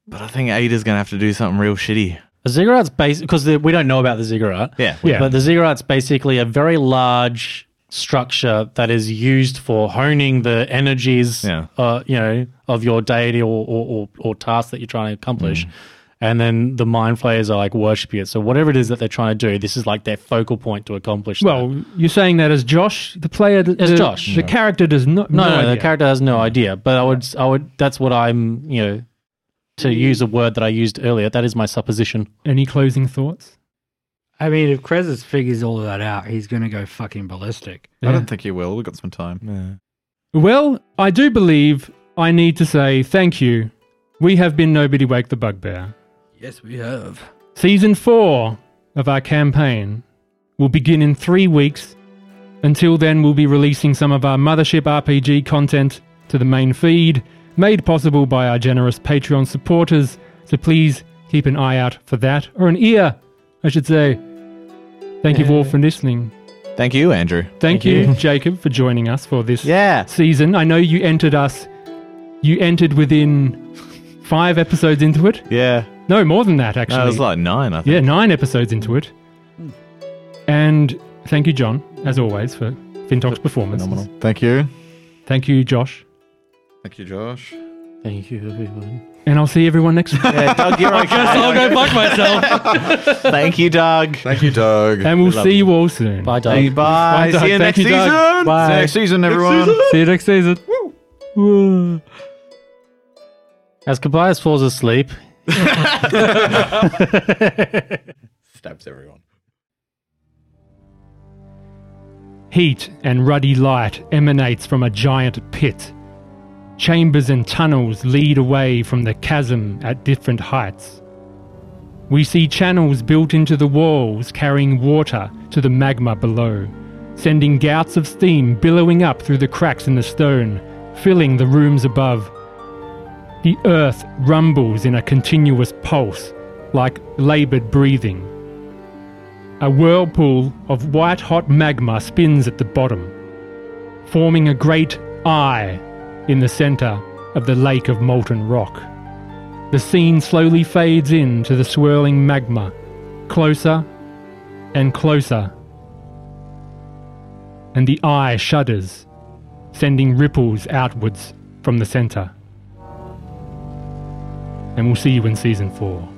S5: But I think Ada's going to have to do something real shitty.
S6: The ziggurat's basically because we don't know about the ziggurat.
S5: Yeah.
S1: Yeah.
S6: But the ziggurat's basically a very large structure that is used for honing the energies,
S5: Yeah.
S6: uh, you know, of your deity or, or, or, or task that you're trying to
S5: Mm.
S6: accomplish. And then the mind flayers are like worshiping it. So whatever it is that they're trying to do, this is like their focal point to accomplish. that.
S1: Well, you're saying that as Josh, the player,
S6: As
S1: the,
S6: Josh.
S1: the character does not.
S6: no, no,
S1: idea.
S6: the character has no idea. But I would, I would. That's what I'm, you know, to use a word that I used earlier. That is my supposition.
S1: Any closing thoughts?
S3: I mean, if Krezis figures all of that out, he's gonna go fucking ballistic.
S4: I
S1: Yeah.
S4: don't think you will. We've got some time.
S1: Well, I do believe I need to say thank you. We have been Nobody Wake the Bugbear.
S3: Yes, we have.
S1: Season 4 of our campaign will begin in three weeks. Until then, we'll be releasing some of our Mothership RPG content to the main feed, made possible by our generous Patreon supporters. So please keep an eye out for that, or an ear, I should say. Thank you all for listening.
S5: Thank you, Andrew.
S1: Thank, you, Jacob, for joining us for this
S5: Yeah.
S1: season. I know you entered us, you entered within five episodes into it.
S5: Yeah.
S1: No, more than that, actually.
S5: No, it was like nine, I think.
S1: Yeah, nine episodes into it. And thank you, John, as always, for FinTalk's performance.
S4: Thank you.
S1: Thank you, Josh.
S4: Thank you, Josh.
S6: Thank you, everyone.
S1: And I'll see everyone next week.
S5: Yeah, Doug, you're okay.
S3: I'll go fuck myself.
S5: Thank you, Doug.
S4: Thank you, Doug.
S1: and we'll see you all soon.
S6: Bye, Doug.
S1: Bye,
S5: Bye.
S1: Doug.
S5: See you
S1: Thank
S5: next
S1: you, Doug.
S5: season.
S4: See you next season, everyone.
S1: See you next season.
S6: As Tobias falls asleep,
S4: Stabs everyone.
S1: Heat and ruddy light emanates from a giant pit. Chambers and tunnels lead away from the chasm at different heights. We see channels built into the walls carrying water to the magma below, sending gouts of steam billowing up through the cracks in the stone, filling the rooms above. The earth rumbles in a continuous pulse, like labored breathing. A whirlpool of white hot magma spins at the bottom, forming a great eye in the center of the lake of molten rock. The scene slowly fades in to the swirling magma, closer and closer. And the eye shudders, sending ripples outwards from the center. And we'll see you in season four.